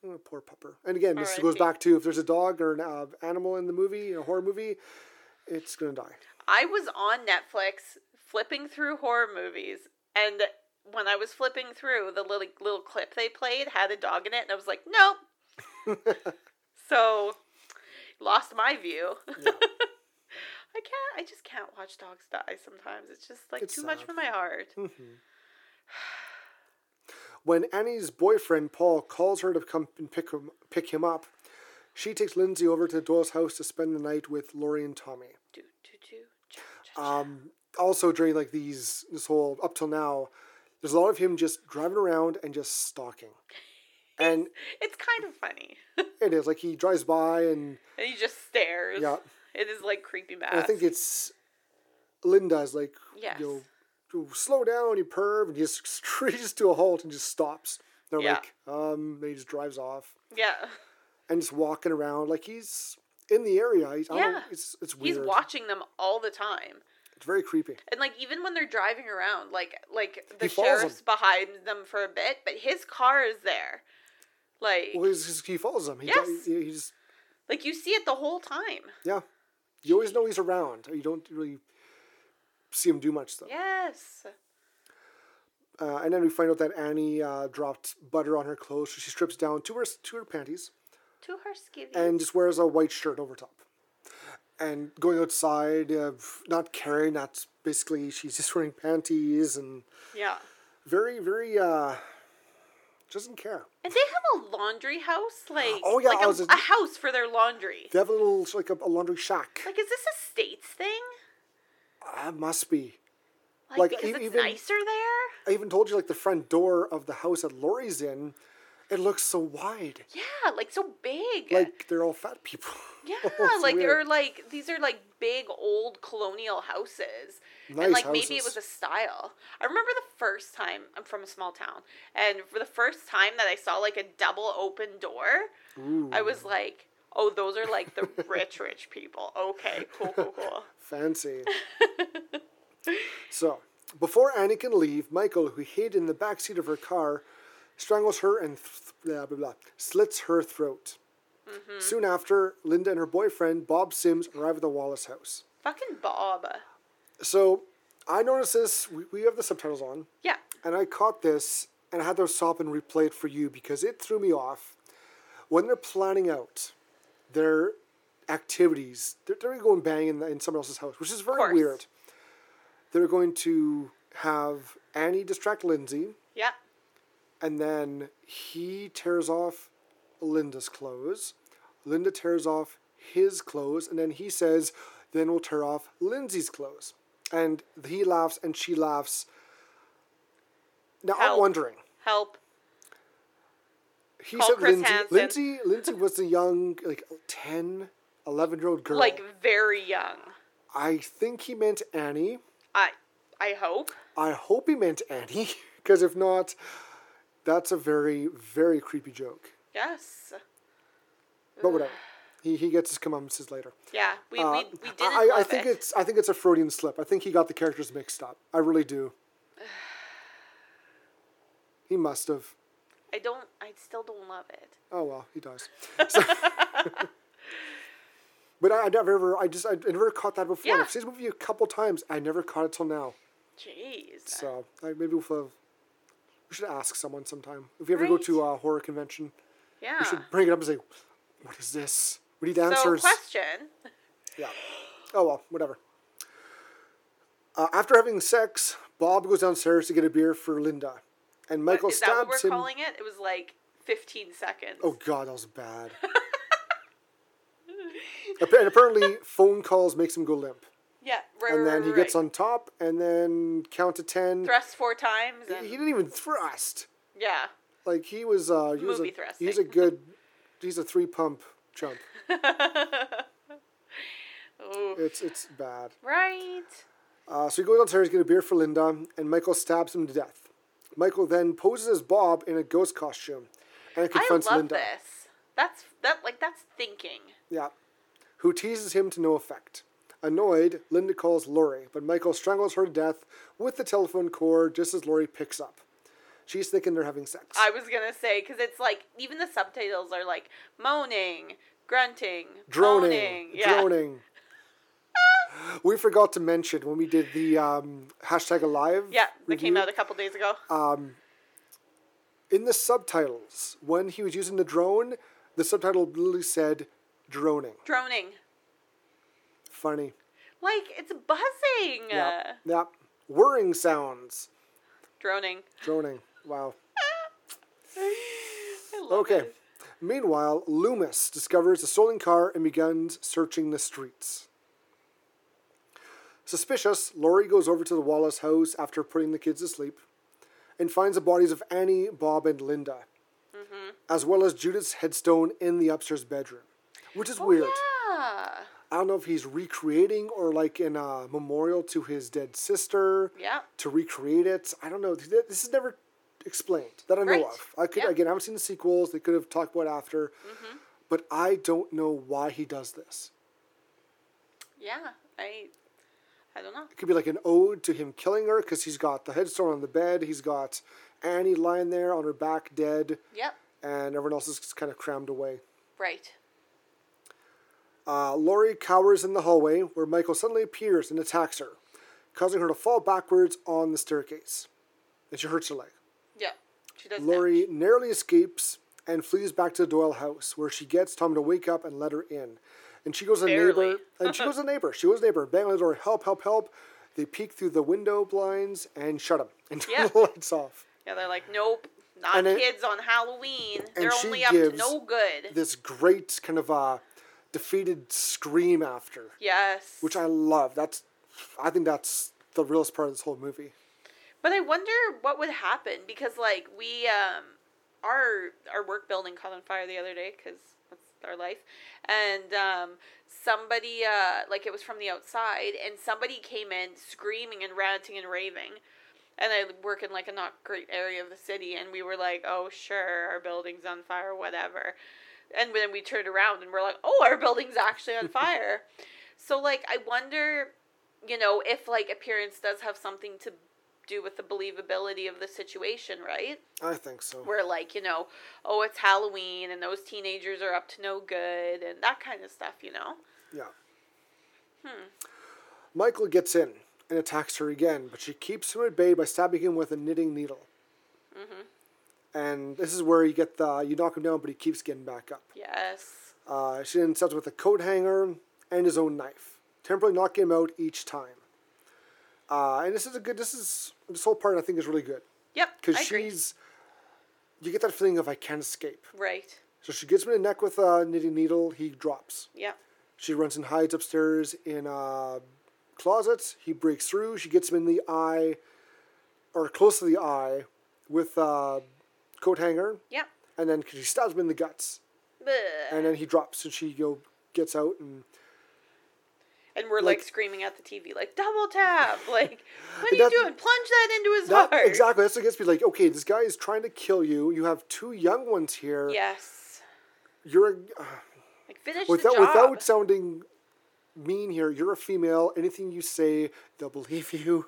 Speaker 7: Oh, poor pupper. And again, this goes
Speaker 8: R.I.P..
Speaker 7: back to if there's a dog or an uh, animal in the movie, a horror movie, it's going to die.
Speaker 8: I was on Netflix flipping through horror movies, and when I was flipping through, the little little clip they played had a dog in it, and I was like, nope. so, lost my view. I can't. I just can't watch dogs die. Sometimes it's just like
Speaker 7: It's
Speaker 8: too much
Speaker 7: sad.
Speaker 8: for my heart.
Speaker 7: When Annie's boyfriend Paul calls her to come and pick him, pick him up, she takes Lindsay over to Doyle's house to spend the night with Lori and Tommy.
Speaker 8: Do, do, do, cha, cha, cha.
Speaker 7: Um, also during like these this whole up till now, there's a lot of him just driving around and just stalking. And
Speaker 8: it's kind of funny,
Speaker 7: it is like he drives by and
Speaker 8: and he just stares.
Speaker 7: Yeah.
Speaker 8: It is like creepy mask.
Speaker 7: and I think it's Linda's like
Speaker 8: Yes.
Speaker 7: you know "You slow down, you perv, and he just screeches to a halt and just stops. They're
Speaker 8: Yeah.
Speaker 7: like, um, and he just drives off
Speaker 8: yeah.
Speaker 7: and just walking around like he's in the area. He's, I don't know,
Speaker 8: Yeah.
Speaker 7: it's it's weird.
Speaker 8: He's watching them all the time.
Speaker 7: It's very creepy.
Speaker 8: And like even when they're driving around, like like the
Speaker 7: He follows
Speaker 8: sheriff's behind them for a bit, but his car is there. Like
Speaker 7: Well, he's, he's- he follows them. He,
Speaker 8: Yes.
Speaker 7: he, he just
Speaker 8: like you see it the whole time.
Speaker 7: Yeah. You always know he's around. You don't really see him do much, though.
Speaker 8: Yes.
Speaker 7: Uh, and then we find out that Annie uh, dropped butter on her clothes, so she strips down to her, to her panties
Speaker 8: To her skivvy.
Speaker 7: and just wears a white shirt over top. And going outside, uh, not caring, not basically, she's just wearing panties and
Speaker 8: yeah.
Speaker 7: very, very, uh, doesn't care.
Speaker 8: And they have a laundry house, like
Speaker 7: Oh, yeah,
Speaker 8: like
Speaker 7: I
Speaker 8: a,
Speaker 7: was-
Speaker 8: a house for their laundry.
Speaker 7: They have a little, like a, a laundry shack.
Speaker 8: Like is this a states thing?
Speaker 7: Ah, must be.
Speaker 8: Like,
Speaker 7: Like,
Speaker 8: because
Speaker 7: e-
Speaker 8: it's
Speaker 7: even-
Speaker 8: nicer there?
Speaker 7: I even told you, like, the front door of the house that Lori's in, it looks so wide.
Speaker 8: Yeah, like so big.
Speaker 7: Like they're all fat people.
Speaker 8: Yeah,
Speaker 7: It's
Speaker 8: like
Speaker 7: weird.
Speaker 8: they're like these are like big old colonial houses.
Speaker 7: Nice
Speaker 8: and like maybe it
Speaker 7: houses.
Speaker 8: was a style. I remember the first time I'm from a small town and for the first time that I saw like a double open door, I was like, "Oh, those are like the rich rich people." Okay, cool, cool, cool.
Speaker 7: fancy. so, before Annie can leave, Michael, who hid in the back seat of her car, strangles her and th- blah blah blah, slits her throat.
Speaker 8: Mm-hmm.
Speaker 7: Soon after, Linda and her boyfriend Bob Sims arrive at the Wallace house.
Speaker 8: Fucking Bob.
Speaker 7: So, I noticed this. We, we have the subtitles on.
Speaker 8: Yeah.
Speaker 7: and I caught this and I had to stop and replay it for you because it threw me off. When they're planning out their activities, they're, they're going bang in, in someone else's house, which is very
Speaker 8: Course.
Speaker 7: weird. They're going to have Annie distract Lindsay,
Speaker 8: Yeah.
Speaker 7: and then he tears off Linda's clothes. Linda tears off his clothes, and then he says, "Then we'll tear off Lindsay's clothes." And he laughs, and she laughs. Now I'm
Speaker 8: Help.
Speaker 7: wondering.
Speaker 8: Help.
Speaker 7: He
Speaker 8: Call
Speaker 7: said
Speaker 8: Chris
Speaker 7: Lindsay,
Speaker 8: Hansen.
Speaker 7: Lindsay. Lindsay was a young, like 10, 11 year old girl.
Speaker 8: Like very young.
Speaker 7: I think he meant Annie.
Speaker 8: I I hope.
Speaker 7: I hope he meant Annie, because if not, that's a very, very creepy joke.
Speaker 8: Yes.
Speaker 7: But whatever. He, he gets his commandments later.
Speaker 8: Yeah. We we, we didn't
Speaker 7: Uh, I, I
Speaker 8: love
Speaker 7: think
Speaker 8: it.
Speaker 7: it's I think it's a Freudian slip. I think he got the characters mixed up. I really do. He must have.
Speaker 8: I don't. I still don't love it.
Speaker 7: Oh well, he dies. So- but I, I never ever, I just, I never caught that before.
Speaker 8: Yeah.
Speaker 7: I've seen this movie a couple times. I never caught it till now.
Speaker 8: Jeez.
Speaker 7: So I, maybe we'll, have- we should ask someone sometime. If we ever go
Speaker 8: Right.
Speaker 7: to a horror convention,
Speaker 8: yeah.
Speaker 7: we should bring it up and say, "What is this? We need
Speaker 8: so
Speaker 7: answers."
Speaker 8: question.
Speaker 7: Yeah. Oh well, whatever. Uh, after having sex, Bob goes downstairs to get a beer for Linda, and Michael
Speaker 8: Is that what
Speaker 7: stabs
Speaker 8: we're
Speaker 7: him.
Speaker 8: calling it? It was like 15 seconds.
Speaker 7: Oh god, that was bad. Appa- and apparently, phone calls makes him go limp,
Speaker 8: Yeah. Right.
Speaker 7: and
Speaker 8: right,
Speaker 7: then he
Speaker 8: right,
Speaker 7: gets
Speaker 8: right.
Speaker 7: on top, and then count to ten.
Speaker 8: thrust four times. And,
Speaker 7: He didn't even thrust.
Speaker 8: yeah.
Speaker 7: Like he was. Uh, he was
Speaker 8: Movie
Speaker 7: a, He's a
Speaker 8: thrusting.
Speaker 7: good. He's a three pump chump.
Speaker 8: Ooh.
Speaker 7: It's it's bad.
Speaker 8: Right.
Speaker 7: Uh, so he goes downstairs to get a beer for Linda, and Michael stabs him to death. Michael then poses as Bob in a ghost costume and confronts
Speaker 8: I love
Speaker 7: Linda.
Speaker 8: this. That's that like that's thinking.
Speaker 7: Yeah. Who teases him to no effect. Annoyed, Linda calls Lori, but Michael strangles her to death with the telephone cord just as Lori picks up. She's thinking they're having sex.
Speaker 8: I was gonna say because it's like even the subtitles are like moaning, grunting,
Speaker 7: droning.
Speaker 8: moaning. Yeah.
Speaker 7: Droning. we forgot to mention when we did the um, hashtag alive.
Speaker 8: Yeah, that came
Speaker 7: review, Uh,
Speaker 8: out a couple days ago.
Speaker 7: in the subtitles, when he was using the drone, the subtitle literally said droning.
Speaker 8: droning.
Speaker 7: Funny.
Speaker 8: Like it's buzzing.
Speaker 7: Yeah. Yeah. Whirring sounds.
Speaker 8: Droning.
Speaker 7: Droning. Wow.
Speaker 8: I love
Speaker 7: Okay.
Speaker 8: it.
Speaker 7: Meanwhile, Loomis discovers a stolen car and begins searching the streets. Suspicious, Laurie goes over to the Wallace house after putting the kids to sleep and finds the bodies of Annie, Bob, and Linda,
Speaker 8: Mm-hmm.
Speaker 7: as well as Judith's headstone in the upstairs bedroom, which is weird.
Speaker 8: Oh, Yeah.
Speaker 7: I don't know if he's recreating or like in a memorial to his dead sister.
Speaker 8: Yeah.
Speaker 7: To recreate it, I don't know. Th- This is never explained that I know
Speaker 8: Right.
Speaker 7: of. I could
Speaker 8: Yeah. Mm-hmm.
Speaker 7: again. I haven't seen the sequels. They could have talked about after, but I don't know why he does this.
Speaker 8: Yeah. I. I don't know.
Speaker 7: It could be like an ode to him killing her because he's got the headstone on the bed. He's got Annie lying there on her back, dead,
Speaker 8: Yep.
Speaker 7: and everyone else is kind of crammed away.
Speaker 8: Right.
Speaker 7: Uh, Lori cowers in the hallway where Michael suddenly appears and attacks her, causing her to fall backwards on the staircase. And she hurts her leg.
Speaker 8: Yep. She does. know.
Speaker 7: Lori narrowly escapes and flees back to the Doyle house where she gets Tom to wake up and let her in. And she goes to a neighbor.
Speaker 8: Barely.
Speaker 7: And she goes to a neighbor. She goes to a neighbor. Bang on the door. Help, help, help. They peek through the window blinds and shut them and turn
Speaker 8: Yeah.
Speaker 7: the lights off.
Speaker 8: Yeah. They're like, nope. Not
Speaker 7: And it-
Speaker 8: kids on Halloween. They're
Speaker 7: she
Speaker 8: only up
Speaker 7: gives
Speaker 8: to no good.
Speaker 7: This great kind of uh, defeated scream after.
Speaker 8: yes.
Speaker 7: which I love. That's, I think that's the realest part of this whole movie.
Speaker 8: But I wonder what would happen because, like, we um, our our work building caught on fire the other day because that's our life, and um, somebody uh, like it was from the outside, and somebody came in screaming and ranting and raving. And I work in like a not great area of the city, and we were like, "Oh, sure, our building's on fire, whatever." And then we turned around and we're like, "Oh, our building's actually on fire." so like, I wonder, you know, if like appearance does have something to do with the believability of the situation, right?
Speaker 7: I think so.
Speaker 8: Where like, you know, oh, it's Halloween and those teenagers are up to no good and that kind of stuff, you know.
Speaker 7: Yeah.
Speaker 8: Hmm.
Speaker 7: Michael gets in and attacks her again, but she keeps him at bay by stabbing him with a knitting needle.
Speaker 8: Mm-hmm.
Speaker 7: And this is where you get the you knock him down, but he keeps getting back up.
Speaker 8: Yes.
Speaker 7: Uh, she then stabs him with a coat hanger and his own knife, temporarily knocking him out each time. Uh, and this is a good. This is this whole part I think is really good
Speaker 8: Yep.
Speaker 7: because
Speaker 8: I agree.
Speaker 7: she's. You get that feeling of I can't escape.
Speaker 8: right.
Speaker 7: So she gets him in the neck with a knitting needle. He drops.
Speaker 8: Yeah.
Speaker 7: She runs and hides upstairs in a closet. He breaks through. She gets him in the eye, or close to the eye, with a coat hanger.
Speaker 8: Yeah.
Speaker 7: And then she stabs him in the guts.
Speaker 8: Bleh.
Speaker 7: And then he drops, and she you know, gets out. And
Speaker 8: And we're like,
Speaker 7: like-
Speaker 8: screaming at the TV, like double tap, like what are you
Speaker 7: That's-
Speaker 8: doing? Plunge that into his
Speaker 7: that,
Speaker 8: heart.
Speaker 7: exactly that's what gets me. Like, okay, this guy is trying to kill you. You have two young ones here.
Speaker 8: Yes.
Speaker 7: You're a,
Speaker 8: Like finish
Speaker 7: without
Speaker 8: the job.
Speaker 7: without sounding mean here, you're a female. Anything you say, they'll believe you,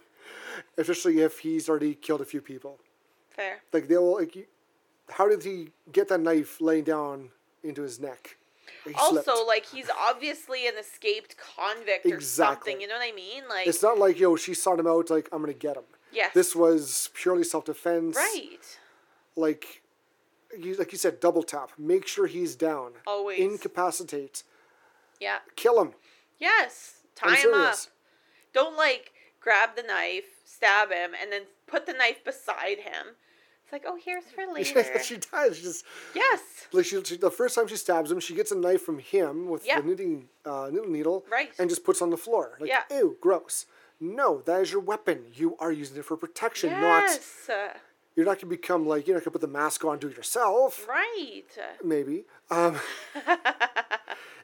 Speaker 7: especially if he's already killed a few people.
Speaker 8: Fair.
Speaker 7: Like they will like you, How did he get that knife laying down into his neck? He
Speaker 8: also,
Speaker 7: slipped.
Speaker 8: like he's obviously an escaped convict or
Speaker 7: Exactly.
Speaker 8: something. You know what I mean? Like
Speaker 7: it's not like yo, she sought him out. Like I'm gonna get him.
Speaker 8: Yes.
Speaker 7: This was purely self defense.
Speaker 8: right.
Speaker 7: Like, you, like you said, double tap. Make sure he's down.
Speaker 8: Always.
Speaker 7: Incapacitate.
Speaker 8: Yeah.
Speaker 7: Kill him.
Speaker 8: Yes. Tie
Speaker 7: I'm
Speaker 8: him
Speaker 7: serious.
Speaker 8: up. Don't like grab the knife, stab him, and then put the knife beside him. It's like, oh, here's for later.
Speaker 7: she dies. She just
Speaker 8: yes.
Speaker 7: like she, she- the first time she stabs him, she gets a knife from him with
Speaker 8: Yeah.
Speaker 7: the knitting uh, knitting needle,
Speaker 8: Right.
Speaker 7: and just puts on the floor. Like,
Speaker 8: Yeah.
Speaker 7: ew, gross. No, that is your weapon. You are using it for protection, not
Speaker 8: Yes. Uh,
Speaker 7: you're not gonna become like you're not gonna put the mask on, do it yourself.
Speaker 8: right.
Speaker 7: Maybe. Um,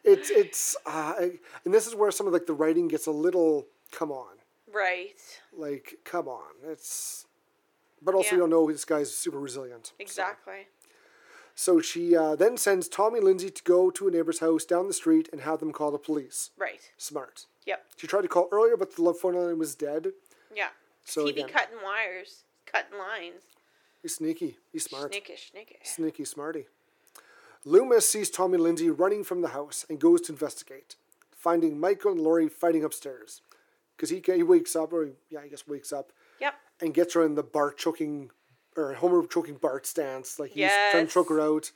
Speaker 7: it's it's uh, I- and this is where some of like the writing gets a little come on,
Speaker 8: Right.
Speaker 7: like come on. It's but also
Speaker 8: Yeah.
Speaker 7: you don't know this guy's super resilient. so.
Speaker 8: Exactly.
Speaker 7: So she uh, then sends Tommy Lindsay to go to a neighbor's house down the street and have them call the police.
Speaker 8: Right.
Speaker 7: Smart.
Speaker 8: Yep.
Speaker 7: She tried to call earlier, but the lo- phone line was dead.
Speaker 8: Yeah.
Speaker 7: So
Speaker 8: TV
Speaker 7: again,
Speaker 8: cutting wires, cutting lines.
Speaker 7: he's sneaky. He's smart.
Speaker 8: Snickish, snickish.
Speaker 7: Sneaky smarty. Loomis sees Tommy Lindsay running from the house and goes to investigate, finding Michael and Lori fighting upstairs. Because he, ca- he wakes up, or yeah, I guess wakes up,
Speaker 8: Yep.
Speaker 7: and gets her in the Bart choking, or Homer choking Bart stance. Like he's trying to choke her out.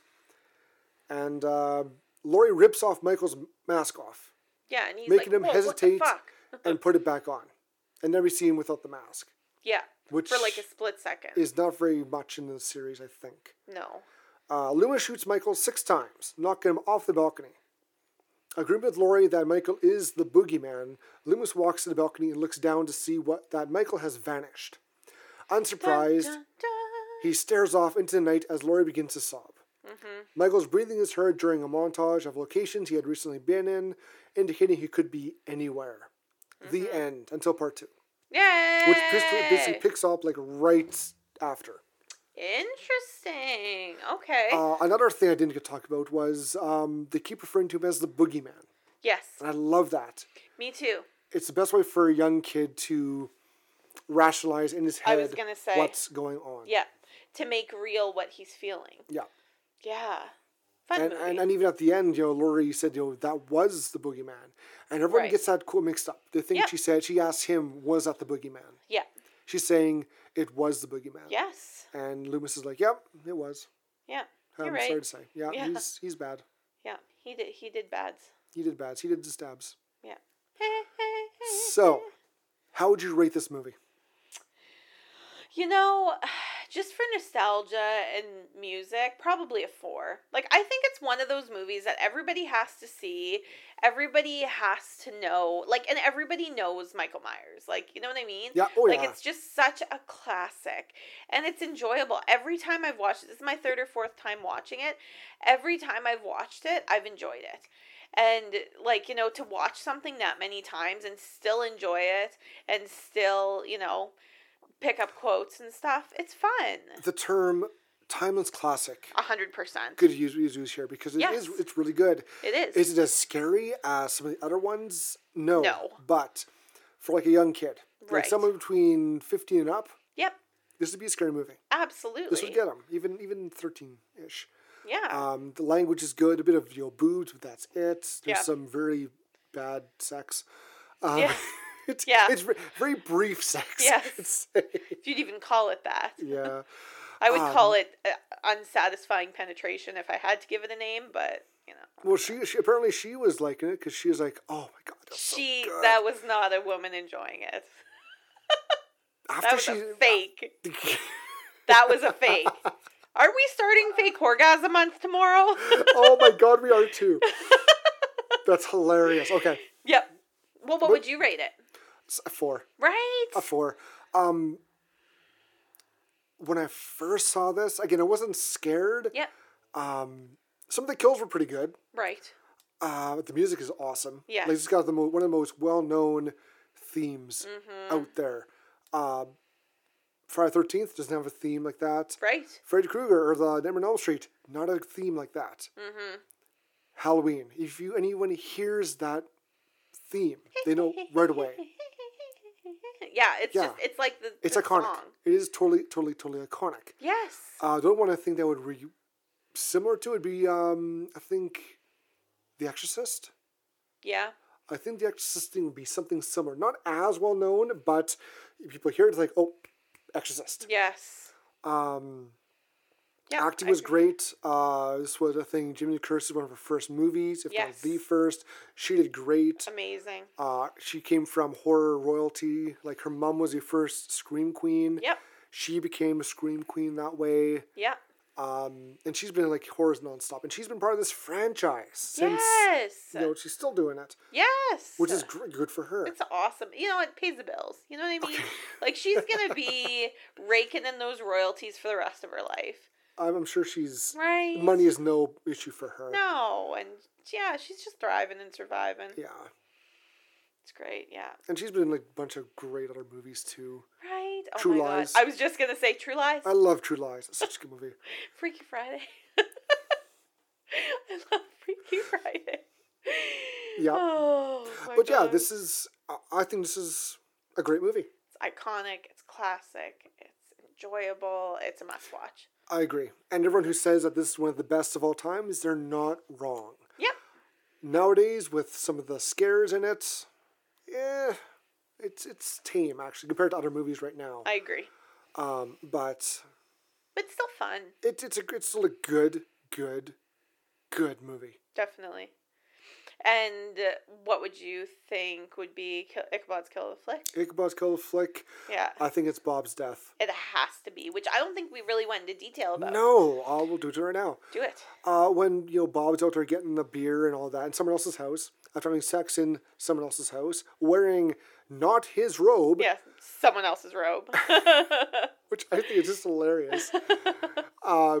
Speaker 7: And uh, Lori rips off Michael's mask off.
Speaker 8: Yeah, and he's
Speaker 7: making
Speaker 8: like,
Speaker 7: him
Speaker 8: "Whoa,
Speaker 7: hesitate
Speaker 8: What the fuck?
Speaker 7: and put it back on. And then we see him without the mask,
Speaker 8: Yeah.
Speaker 7: which
Speaker 8: for like a split second.
Speaker 7: is not very much in the series, I think.
Speaker 8: no.
Speaker 7: Uh, Loomis shoots Michael six times, knocking him off the balcony. Agreeing with Laurie that Michael is the boogeyman, Loomis walks to the balcony and looks down to see what that Michael has vanished. Unsurprised,
Speaker 8: Dun, dun.
Speaker 7: he stares off into the night as Laurie begins to sob.
Speaker 8: Mm-hmm.
Speaker 7: Michael's breathing is heard during a montage of locations he had recently been in, indicating he could be anywhere. The end until part two,
Speaker 8: Mm-hmm. Yay!
Speaker 7: which Pistol basically picks up like right after.
Speaker 8: Interesting. Okay.
Speaker 7: Uh, another thing I didn't get to talk about was um, they keep referring to him as the boogeyman,
Speaker 8: yes.
Speaker 7: and I love that.
Speaker 8: Me too.
Speaker 7: It's the best way for a young kid to rationalize in his
Speaker 8: I
Speaker 7: head
Speaker 8: was gonna say.
Speaker 7: what's going on.
Speaker 8: Yeah. To make real what he's feeling.
Speaker 7: yeah.
Speaker 8: Yeah. Fun
Speaker 7: and,
Speaker 8: movie.
Speaker 7: and and even at the end, you know, Laurie said, you know, that was the boogeyman, and everyone
Speaker 8: Right.
Speaker 7: gets that cool mixed up. They think
Speaker 8: Yep.
Speaker 7: she said she asked him, "Was that the boogeyman?"
Speaker 8: yeah.
Speaker 7: She's saying it was the boogeyman.
Speaker 8: Yes.
Speaker 7: And Loomis is like, "Yep, it was."
Speaker 8: Yeah.
Speaker 7: I'm
Speaker 8: You're right.
Speaker 7: sorry to say, yeah,
Speaker 8: Yeah.
Speaker 7: he's he's bad.
Speaker 8: Yeah. He did. He did bads.
Speaker 7: He did bad. He did the stabs.
Speaker 8: Yeah. Mm-hmm.
Speaker 7: So, how would you rate this movie?
Speaker 8: You know, just for nostalgia and music, probably a four. Like, I think it's one of those movies that everybody has to see. Everybody has to know. Like, and everybody knows Michael Myers. Like, you know what I mean?
Speaker 7: Yeah, oh
Speaker 8: like,
Speaker 7: yeah.
Speaker 8: it's just such a classic. And it's enjoyable. Every time I've watched it, this is my third or fourth time watching it. Every time I've watched it, I've enjoyed it. And, like, you know, to watch something that many times and still enjoy it and still, you know, pick up quotes and stuff. It's fun.
Speaker 7: The term "timeless classic"
Speaker 8: A hundred percent.
Speaker 7: could use use here because it is
Speaker 8: Yes.
Speaker 7: it's really good.
Speaker 8: It is.
Speaker 7: Is it as scary as some of the other ones? No.
Speaker 8: No.
Speaker 7: But for like a young kid, like
Speaker 8: Right.
Speaker 7: someone between 15 and up,
Speaker 8: Yep.
Speaker 7: this would be a scary movie.
Speaker 8: Absolutely.
Speaker 7: This would get them, even even 13 ish.
Speaker 8: yeah.
Speaker 7: Um, the language is good, a bit of you know, boobs, but that's it. There's
Speaker 8: Yeah.
Speaker 7: some very bad sex. Um,
Speaker 8: Yeah.
Speaker 7: It's,
Speaker 8: Yeah.
Speaker 7: it's ve- very brief sex.
Speaker 8: Yes.
Speaker 7: I'd say.
Speaker 8: if you'd even call it that,
Speaker 7: yeah. Um,
Speaker 8: I would call it uh, unsatisfying penetration if I had to give it a name. But you know,
Speaker 7: Well, she, she apparently she was liking it because she was like, "Oh my god, that's so
Speaker 8: she
Speaker 7: good."
Speaker 8: that was not a woman enjoying it.
Speaker 7: After
Speaker 8: That was
Speaker 7: she,
Speaker 8: a fake. that was a fake. Are we starting fake orgasm month tomorrow?
Speaker 7: oh my god, we are too. That's hilarious. Okay,
Speaker 8: yep. Well, what would you rate it?
Speaker 7: s- a four,
Speaker 8: Right.
Speaker 7: a four. Um, when I first saw this, again, I wasn't scared. Um,
Speaker 8: Yep.
Speaker 7: Some of the kills were pretty good.
Speaker 8: Right.
Speaker 7: Uh, but the music is awesome.
Speaker 8: Yeah.
Speaker 7: like it's got the mo- one of the most well-known themes
Speaker 8: Mm-hmm.
Speaker 7: out there. Uh, Friday Thirteenth doesn't have a theme like that.
Speaker 8: Right.
Speaker 7: Freddy Krueger or the Nightmare on Elm Street, not a theme like that. Mm-hmm. Halloween. If you anyone hears that theme, they know right away.
Speaker 8: Yeah, it's
Speaker 7: Yeah.
Speaker 8: just it's like the
Speaker 7: It's
Speaker 8: the
Speaker 7: iconic.
Speaker 8: song.
Speaker 7: It is totally, totally, totally iconic.
Speaker 8: Yes.
Speaker 7: Uh, the one I think that would re- similar to would be um, I think The Exorcist.
Speaker 8: Yeah.
Speaker 7: I think The Exorcist thing would be something similar, not as well known, but people hear it, it's like, oh, Exorcist.
Speaker 8: Yes.
Speaker 7: Um,
Speaker 8: Yeah.
Speaker 7: acting
Speaker 8: I
Speaker 7: was
Speaker 8: agree.
Speaker 7: great. Uh, this was a thing. Jimmy Lee Curtis is one of her first movies, if not
Speaker 8: Yes.
Speaker 7: the first. She did great.
Speaker 8: Amazing.
Speaker 7: Uh, she came from horror royalty. Like her mom was the first scream queen.
Speaker 8: Yep.
Speaker 7: She became a scream queen that way.
Speaker 8: Yep.
Speaker 7: Um, and she's been in, like horrors nonstop, and she's been part of this franchise since.
Speaker 8: yes.
Speaker 7: You know, she's still doing it,
Speaker 8: yes.
Speaker 7: which is gr- good for her.
Speaker 8: It's awesome. You know, it pays the bills. You know what I mean? Like she's gonna be raking in those royalties for the rest of her life,
Speaker 7: I'm, I'm sure she's
Speaker 8: right?
Speaker 7: money is no issue for her.
Speaker 8: No, and yeah, she's just thriving and surviving.
Speaker 7: Yeah,
Speaker 8: It's great. Yeah.
Speaker 7: and she's been in like a bunch of great other movies too.
Speaker 8: Right. Oh
Speaker 7: True
Speaker 8: my
Speaker 7: Lies.
Speaker 8: god. I was just gonna say True Lies.
Speaker 7: I love True Lies. It's such a good movie.
Speaker 8: Freaky Friday. I love Freaky Friday.
Speaker 7: Yeah.
Speaker 8: Oh, my
Speaker 7: but yeah,
Speaker 8: God.
Speaker 7: this is. I- I think this is a great movie.
Speaker 8: it's iconic. It's classic. It's enjoyable. It's a must watch.
Speaker 7: I agree. And everyone who says that this is one of the best of all times, they're not wrong.
Speaker 8: Yeah.
Speaker 7: Nowadays, with some of the scares in it, yeah, it's it's tame actually compared to other movies right now.
Speaker 8: I agree.
Speaker 7: Um, but
Speaker 8: But still fun.
Speaker 7: it, it's a it's still a good, good, good movie.
Speaker 8: Definitely. And uh, what would you think would be Kill- Ichabod's Kill of the Flick?
Speaker 7: Ichabod's Kill Flick.
Speaker 8: Yeah.
Speaker 7: I think it's Bob's death.
Speaker 8: it has to be, which I don't think we really went into detail about.
Speaker 7: No, I will do it right now.
Speaker 8: Do it.
Speaker 7: uh, when you know Bob's out there getting the beer and all that in someone else's house after having sex in someone else's house, wearing not his robe,
Speaker 8: Yes, someone else's robe.
Speaker 7: which I think is just hilarious. um,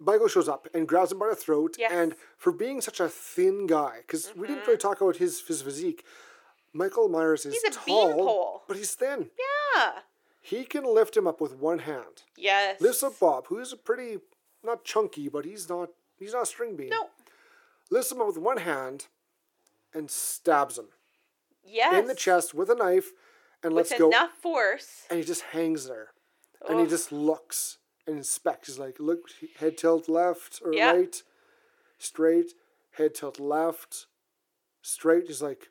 Speaker 7: Michael shows up and grabs him by the throat,
Speaker 8: Yes. Mm-hmm.
Speaker 7: and for being such a thin guy, because we didn't really talk about his his physique. Michael Myers is
Speaker 8: He's a
Speaker 7: tall,
Speaker 8: beanpole.
Speaker 7: but he's thin.
Speaker 8: yeah.
Speaker 7: He can lift him up with one hand.
Speaker 8: Yes.
Speaker 7: Lifts up Bob, who is a pretty not chunky, but he's not he's not a string bean.
Speaker 8: No.
Speaker 7: lifts him up with one hand and stabs him
Speaker 8: Yes.
Speaker 7: in the chest with a knife and
Speaker 8: With
Speaker 7: lets go.
Speaker 8: enough force.
Speaker 7: And he just hangs there and he just looks and inspects. He's like, look, head tilt left or
Speaker 8: Yeah.
Speaker 7: right, straight, head tilt left, straight. He's like,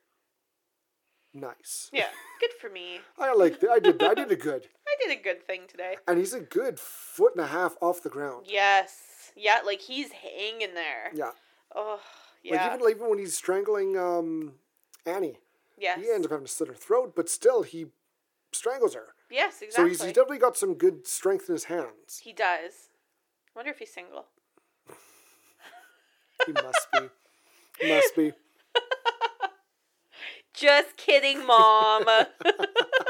Speaker 7: nice.
Speaker 8: Yeah. Good for me.
Speaker 7: I like that. I did that. I did a good.
Speaker 8: I did a good thing today.
Speaker 7: And he's a good foot and a half off the ground.
Speaker 8: Yes. Yeah, like he's hanging there.
Speaker 7: Yeah.
Speaker 8: Oh,
Speaker 7: Like
Speaker 8: yeah.
Speaker 7: even like, even when he's strangling um, Annie,
Speaker 8: yes.
Speaker 7: he ends up having to slit her throat, but still he strangles her.
Speaker 8: yes, exactly.
Speaker 7: So he's, he's definitely got some good strength in his hands.
Speaker 8: he does. I wonder if he's single.
Speaker 7: He must be. must be.
Speaker 8: Just kidding, mom.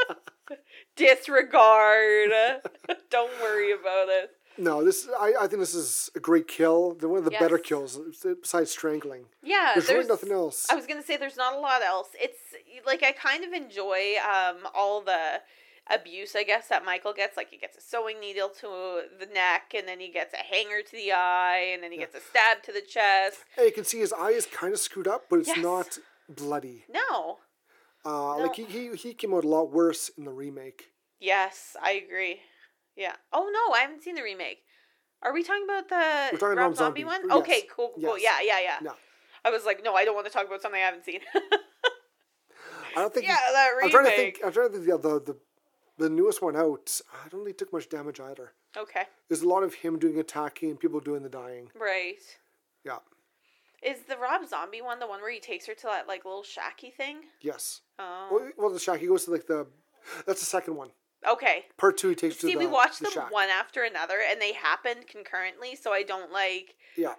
Speaker 8: Disregard. Don't worry about it.
Speaker 7: No, this I, I think this is a great kill. They're one of the better
Speaker 8: Yes.
Speaker 7: kills besides strangling.
Speaker 8: Yeah,
Speaker 7: There's really nothing else.
Speaker 8: I was gonna say there's not a lot else. It's like I kind of enjoy um all the abuse I guess that Michael gets. Like he gets a sewing needle to the neck, and then he gets a hanger to the eye, and then he gets a stab to the chest.
Speaker 7: And you can see his eye is kind of screwed up, but it's
Speaker 8: Yes.
Speaker 7: not bloody.
Speaker 8: No.
Speaker 7: Uh, Like he, he he came out a lot worse in the remake.
Speaker 8: Yes, I agree. Yeah. Oh no, I haven't seen the remake. Are we talking about the
Speaker 7: We're talking
Speaker 8: Rob
Speaker 7: about Zombie.
Speaker 8: Zombie, one?
Speaker 7: Yes.
Speaker 8: Okay, cool, cool.
Speaker 7: Yes.
Speaker 8: Yeah, yeah, yeah,
Speaker 7: No,
Speaker 8: I was like, no, I don't want to talk about something I haven't seen.
Speaker 7: I don't think.
Speaker 8: yeah, that remake.
Speaker 7: I'm trying to think. I'm trying to think. Yeah, the the the newest one out. I don't think he took much damage either.
Speaker 8: Okay.
Speaker 7: There's a lot of him doing attacking and people doing the dying.
Speaker 8: Right.
Speaker 7: Yeah.
Speaker 8: Is the Rob Zombie one the one where he takes her to that like little shacky thing?
Speaker 7: Yes.
Speaker 8: Oh.
Speaker 7: Well, well, the shack. He goes to like the. That's the second one.
Speaker 8: Um, Okay.
Speaker 7: Part two, he takes
Speaker 8: See,
Speaker 7: to the
Speaker 8: we watched
Speaker 7: the
Speaker 8: them
Speaker 7: shack.
Speaker 8: one after another, and they happened concurrently, so I don't like
Speaker 7: Yeah,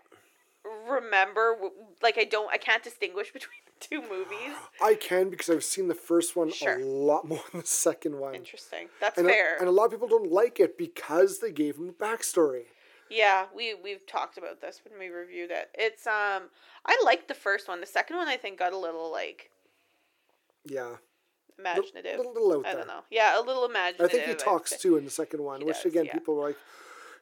Speaker 8: remember. w- Like I don't, I can't distinguish between the two movies.
Speaker 7: I can because I've seen the first one
Speaker 8: Sure.
Speaker 7: a lot more than the second one.
Speaker 8: Interesting. That's
Speaker 7: And a,
Speaker 8: fair.
Speaker 7: and a lot of people don't like it because they gave him backstory.
Speaker 8: yeah, we we've talked about this when we reviewed it. It's um, I liked the first one. The second one, I think, got a little like
Speaker 7: Yeah,
Speaker 8: imaginative.
Speaker 7: little- little out
Speaker 8: I
Speaker 7: there.
Speaker 8: don't know. Yeah, a little imaginative.
Speaker 7: I think he
Speaker 8: I'd
Speaker 7: talks
Speaker 8: say.
Speaker 7: too in the second one, which
Speaker 8: does,
Speaker 7: again
Speaker 8: yeah.
Speaker 7: people are like,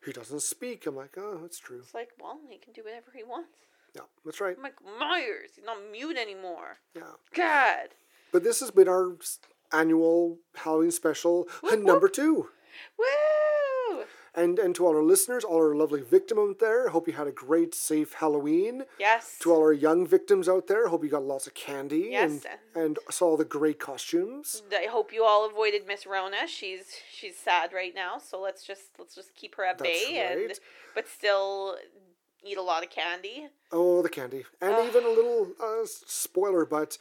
Speaker 7: he doesn't speak. I'm like, oh, that's true.
Speaker 8: It's like, well, he can do whatever he wants.
Speaker 7: Yeah, that's right.
Speaker 8: Mike Myers, he's not mute anymore.
Speaker 7: Yeah,
Speaker 8: God.
Speaker 7: but this has been our s- annual Halloween special and number two.
Speaker 8: Woo!
Speaker 7: And and to all our listeners, all our lovely victim out there, hope you had a great, safe Halloween.
Speaker 8: Yes.
Speaker 7: To all our young victims out there, hope you got lots of candy
Speaker 8: Yes. Mm.
Speaker 7: and, and saw all the great costumes.
Speaker 8: I hope you all avoided Miss Rona. She's she's sad right now, so let's just let's just keep her at
Speaker 7: That's
Speaker 8: bay and
Speaker 7: right.
Speaker 8: but still eat a lot of candy.
Speaker 7: Oh, the candy. And even a little uh, s- spoiler, but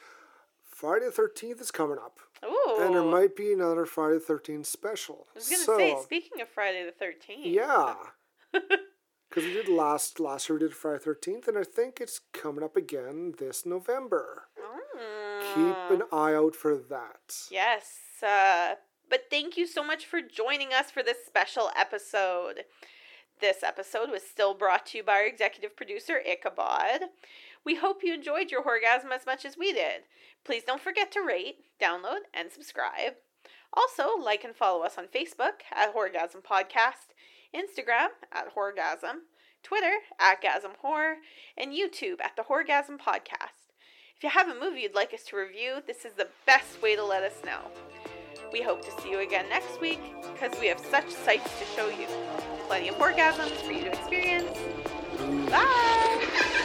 Speaker 7: Friday the 13th is coming up.
Speaker 8: Ooh.
Speaker 7: And there might be another Friday the 13th special.
Speaker 8: Oh. I was gonna say, speaking of Friday the Thirteenth.
Speaker 7: Yeah. Because we did last, last year we did Friday the 13th, and I think it's coming up again this November.
Speaker 8: Uh.
Speaker 7: Keep an eye out for that.
Speaker 8: Yes. Uh, but thank you so much for joining us for this special episode. This episode was still brought to you by our executive producer, Ichabod. We hope you enjoyed your orgasm as much as we did. Please don't forget to rate, download, and subscribe. Also, like and follow us on Facebook at Horgasm Podcast, Instagram at Horgasm, Twitter at Gasm Horror, and YouTube at the Horgasm Podcast. If you have a movie you'd like us to review, this is the best way to let us know. We hope to see you again next week because we have such sights to show you. Plenty of orgasms for you to experience. Bye!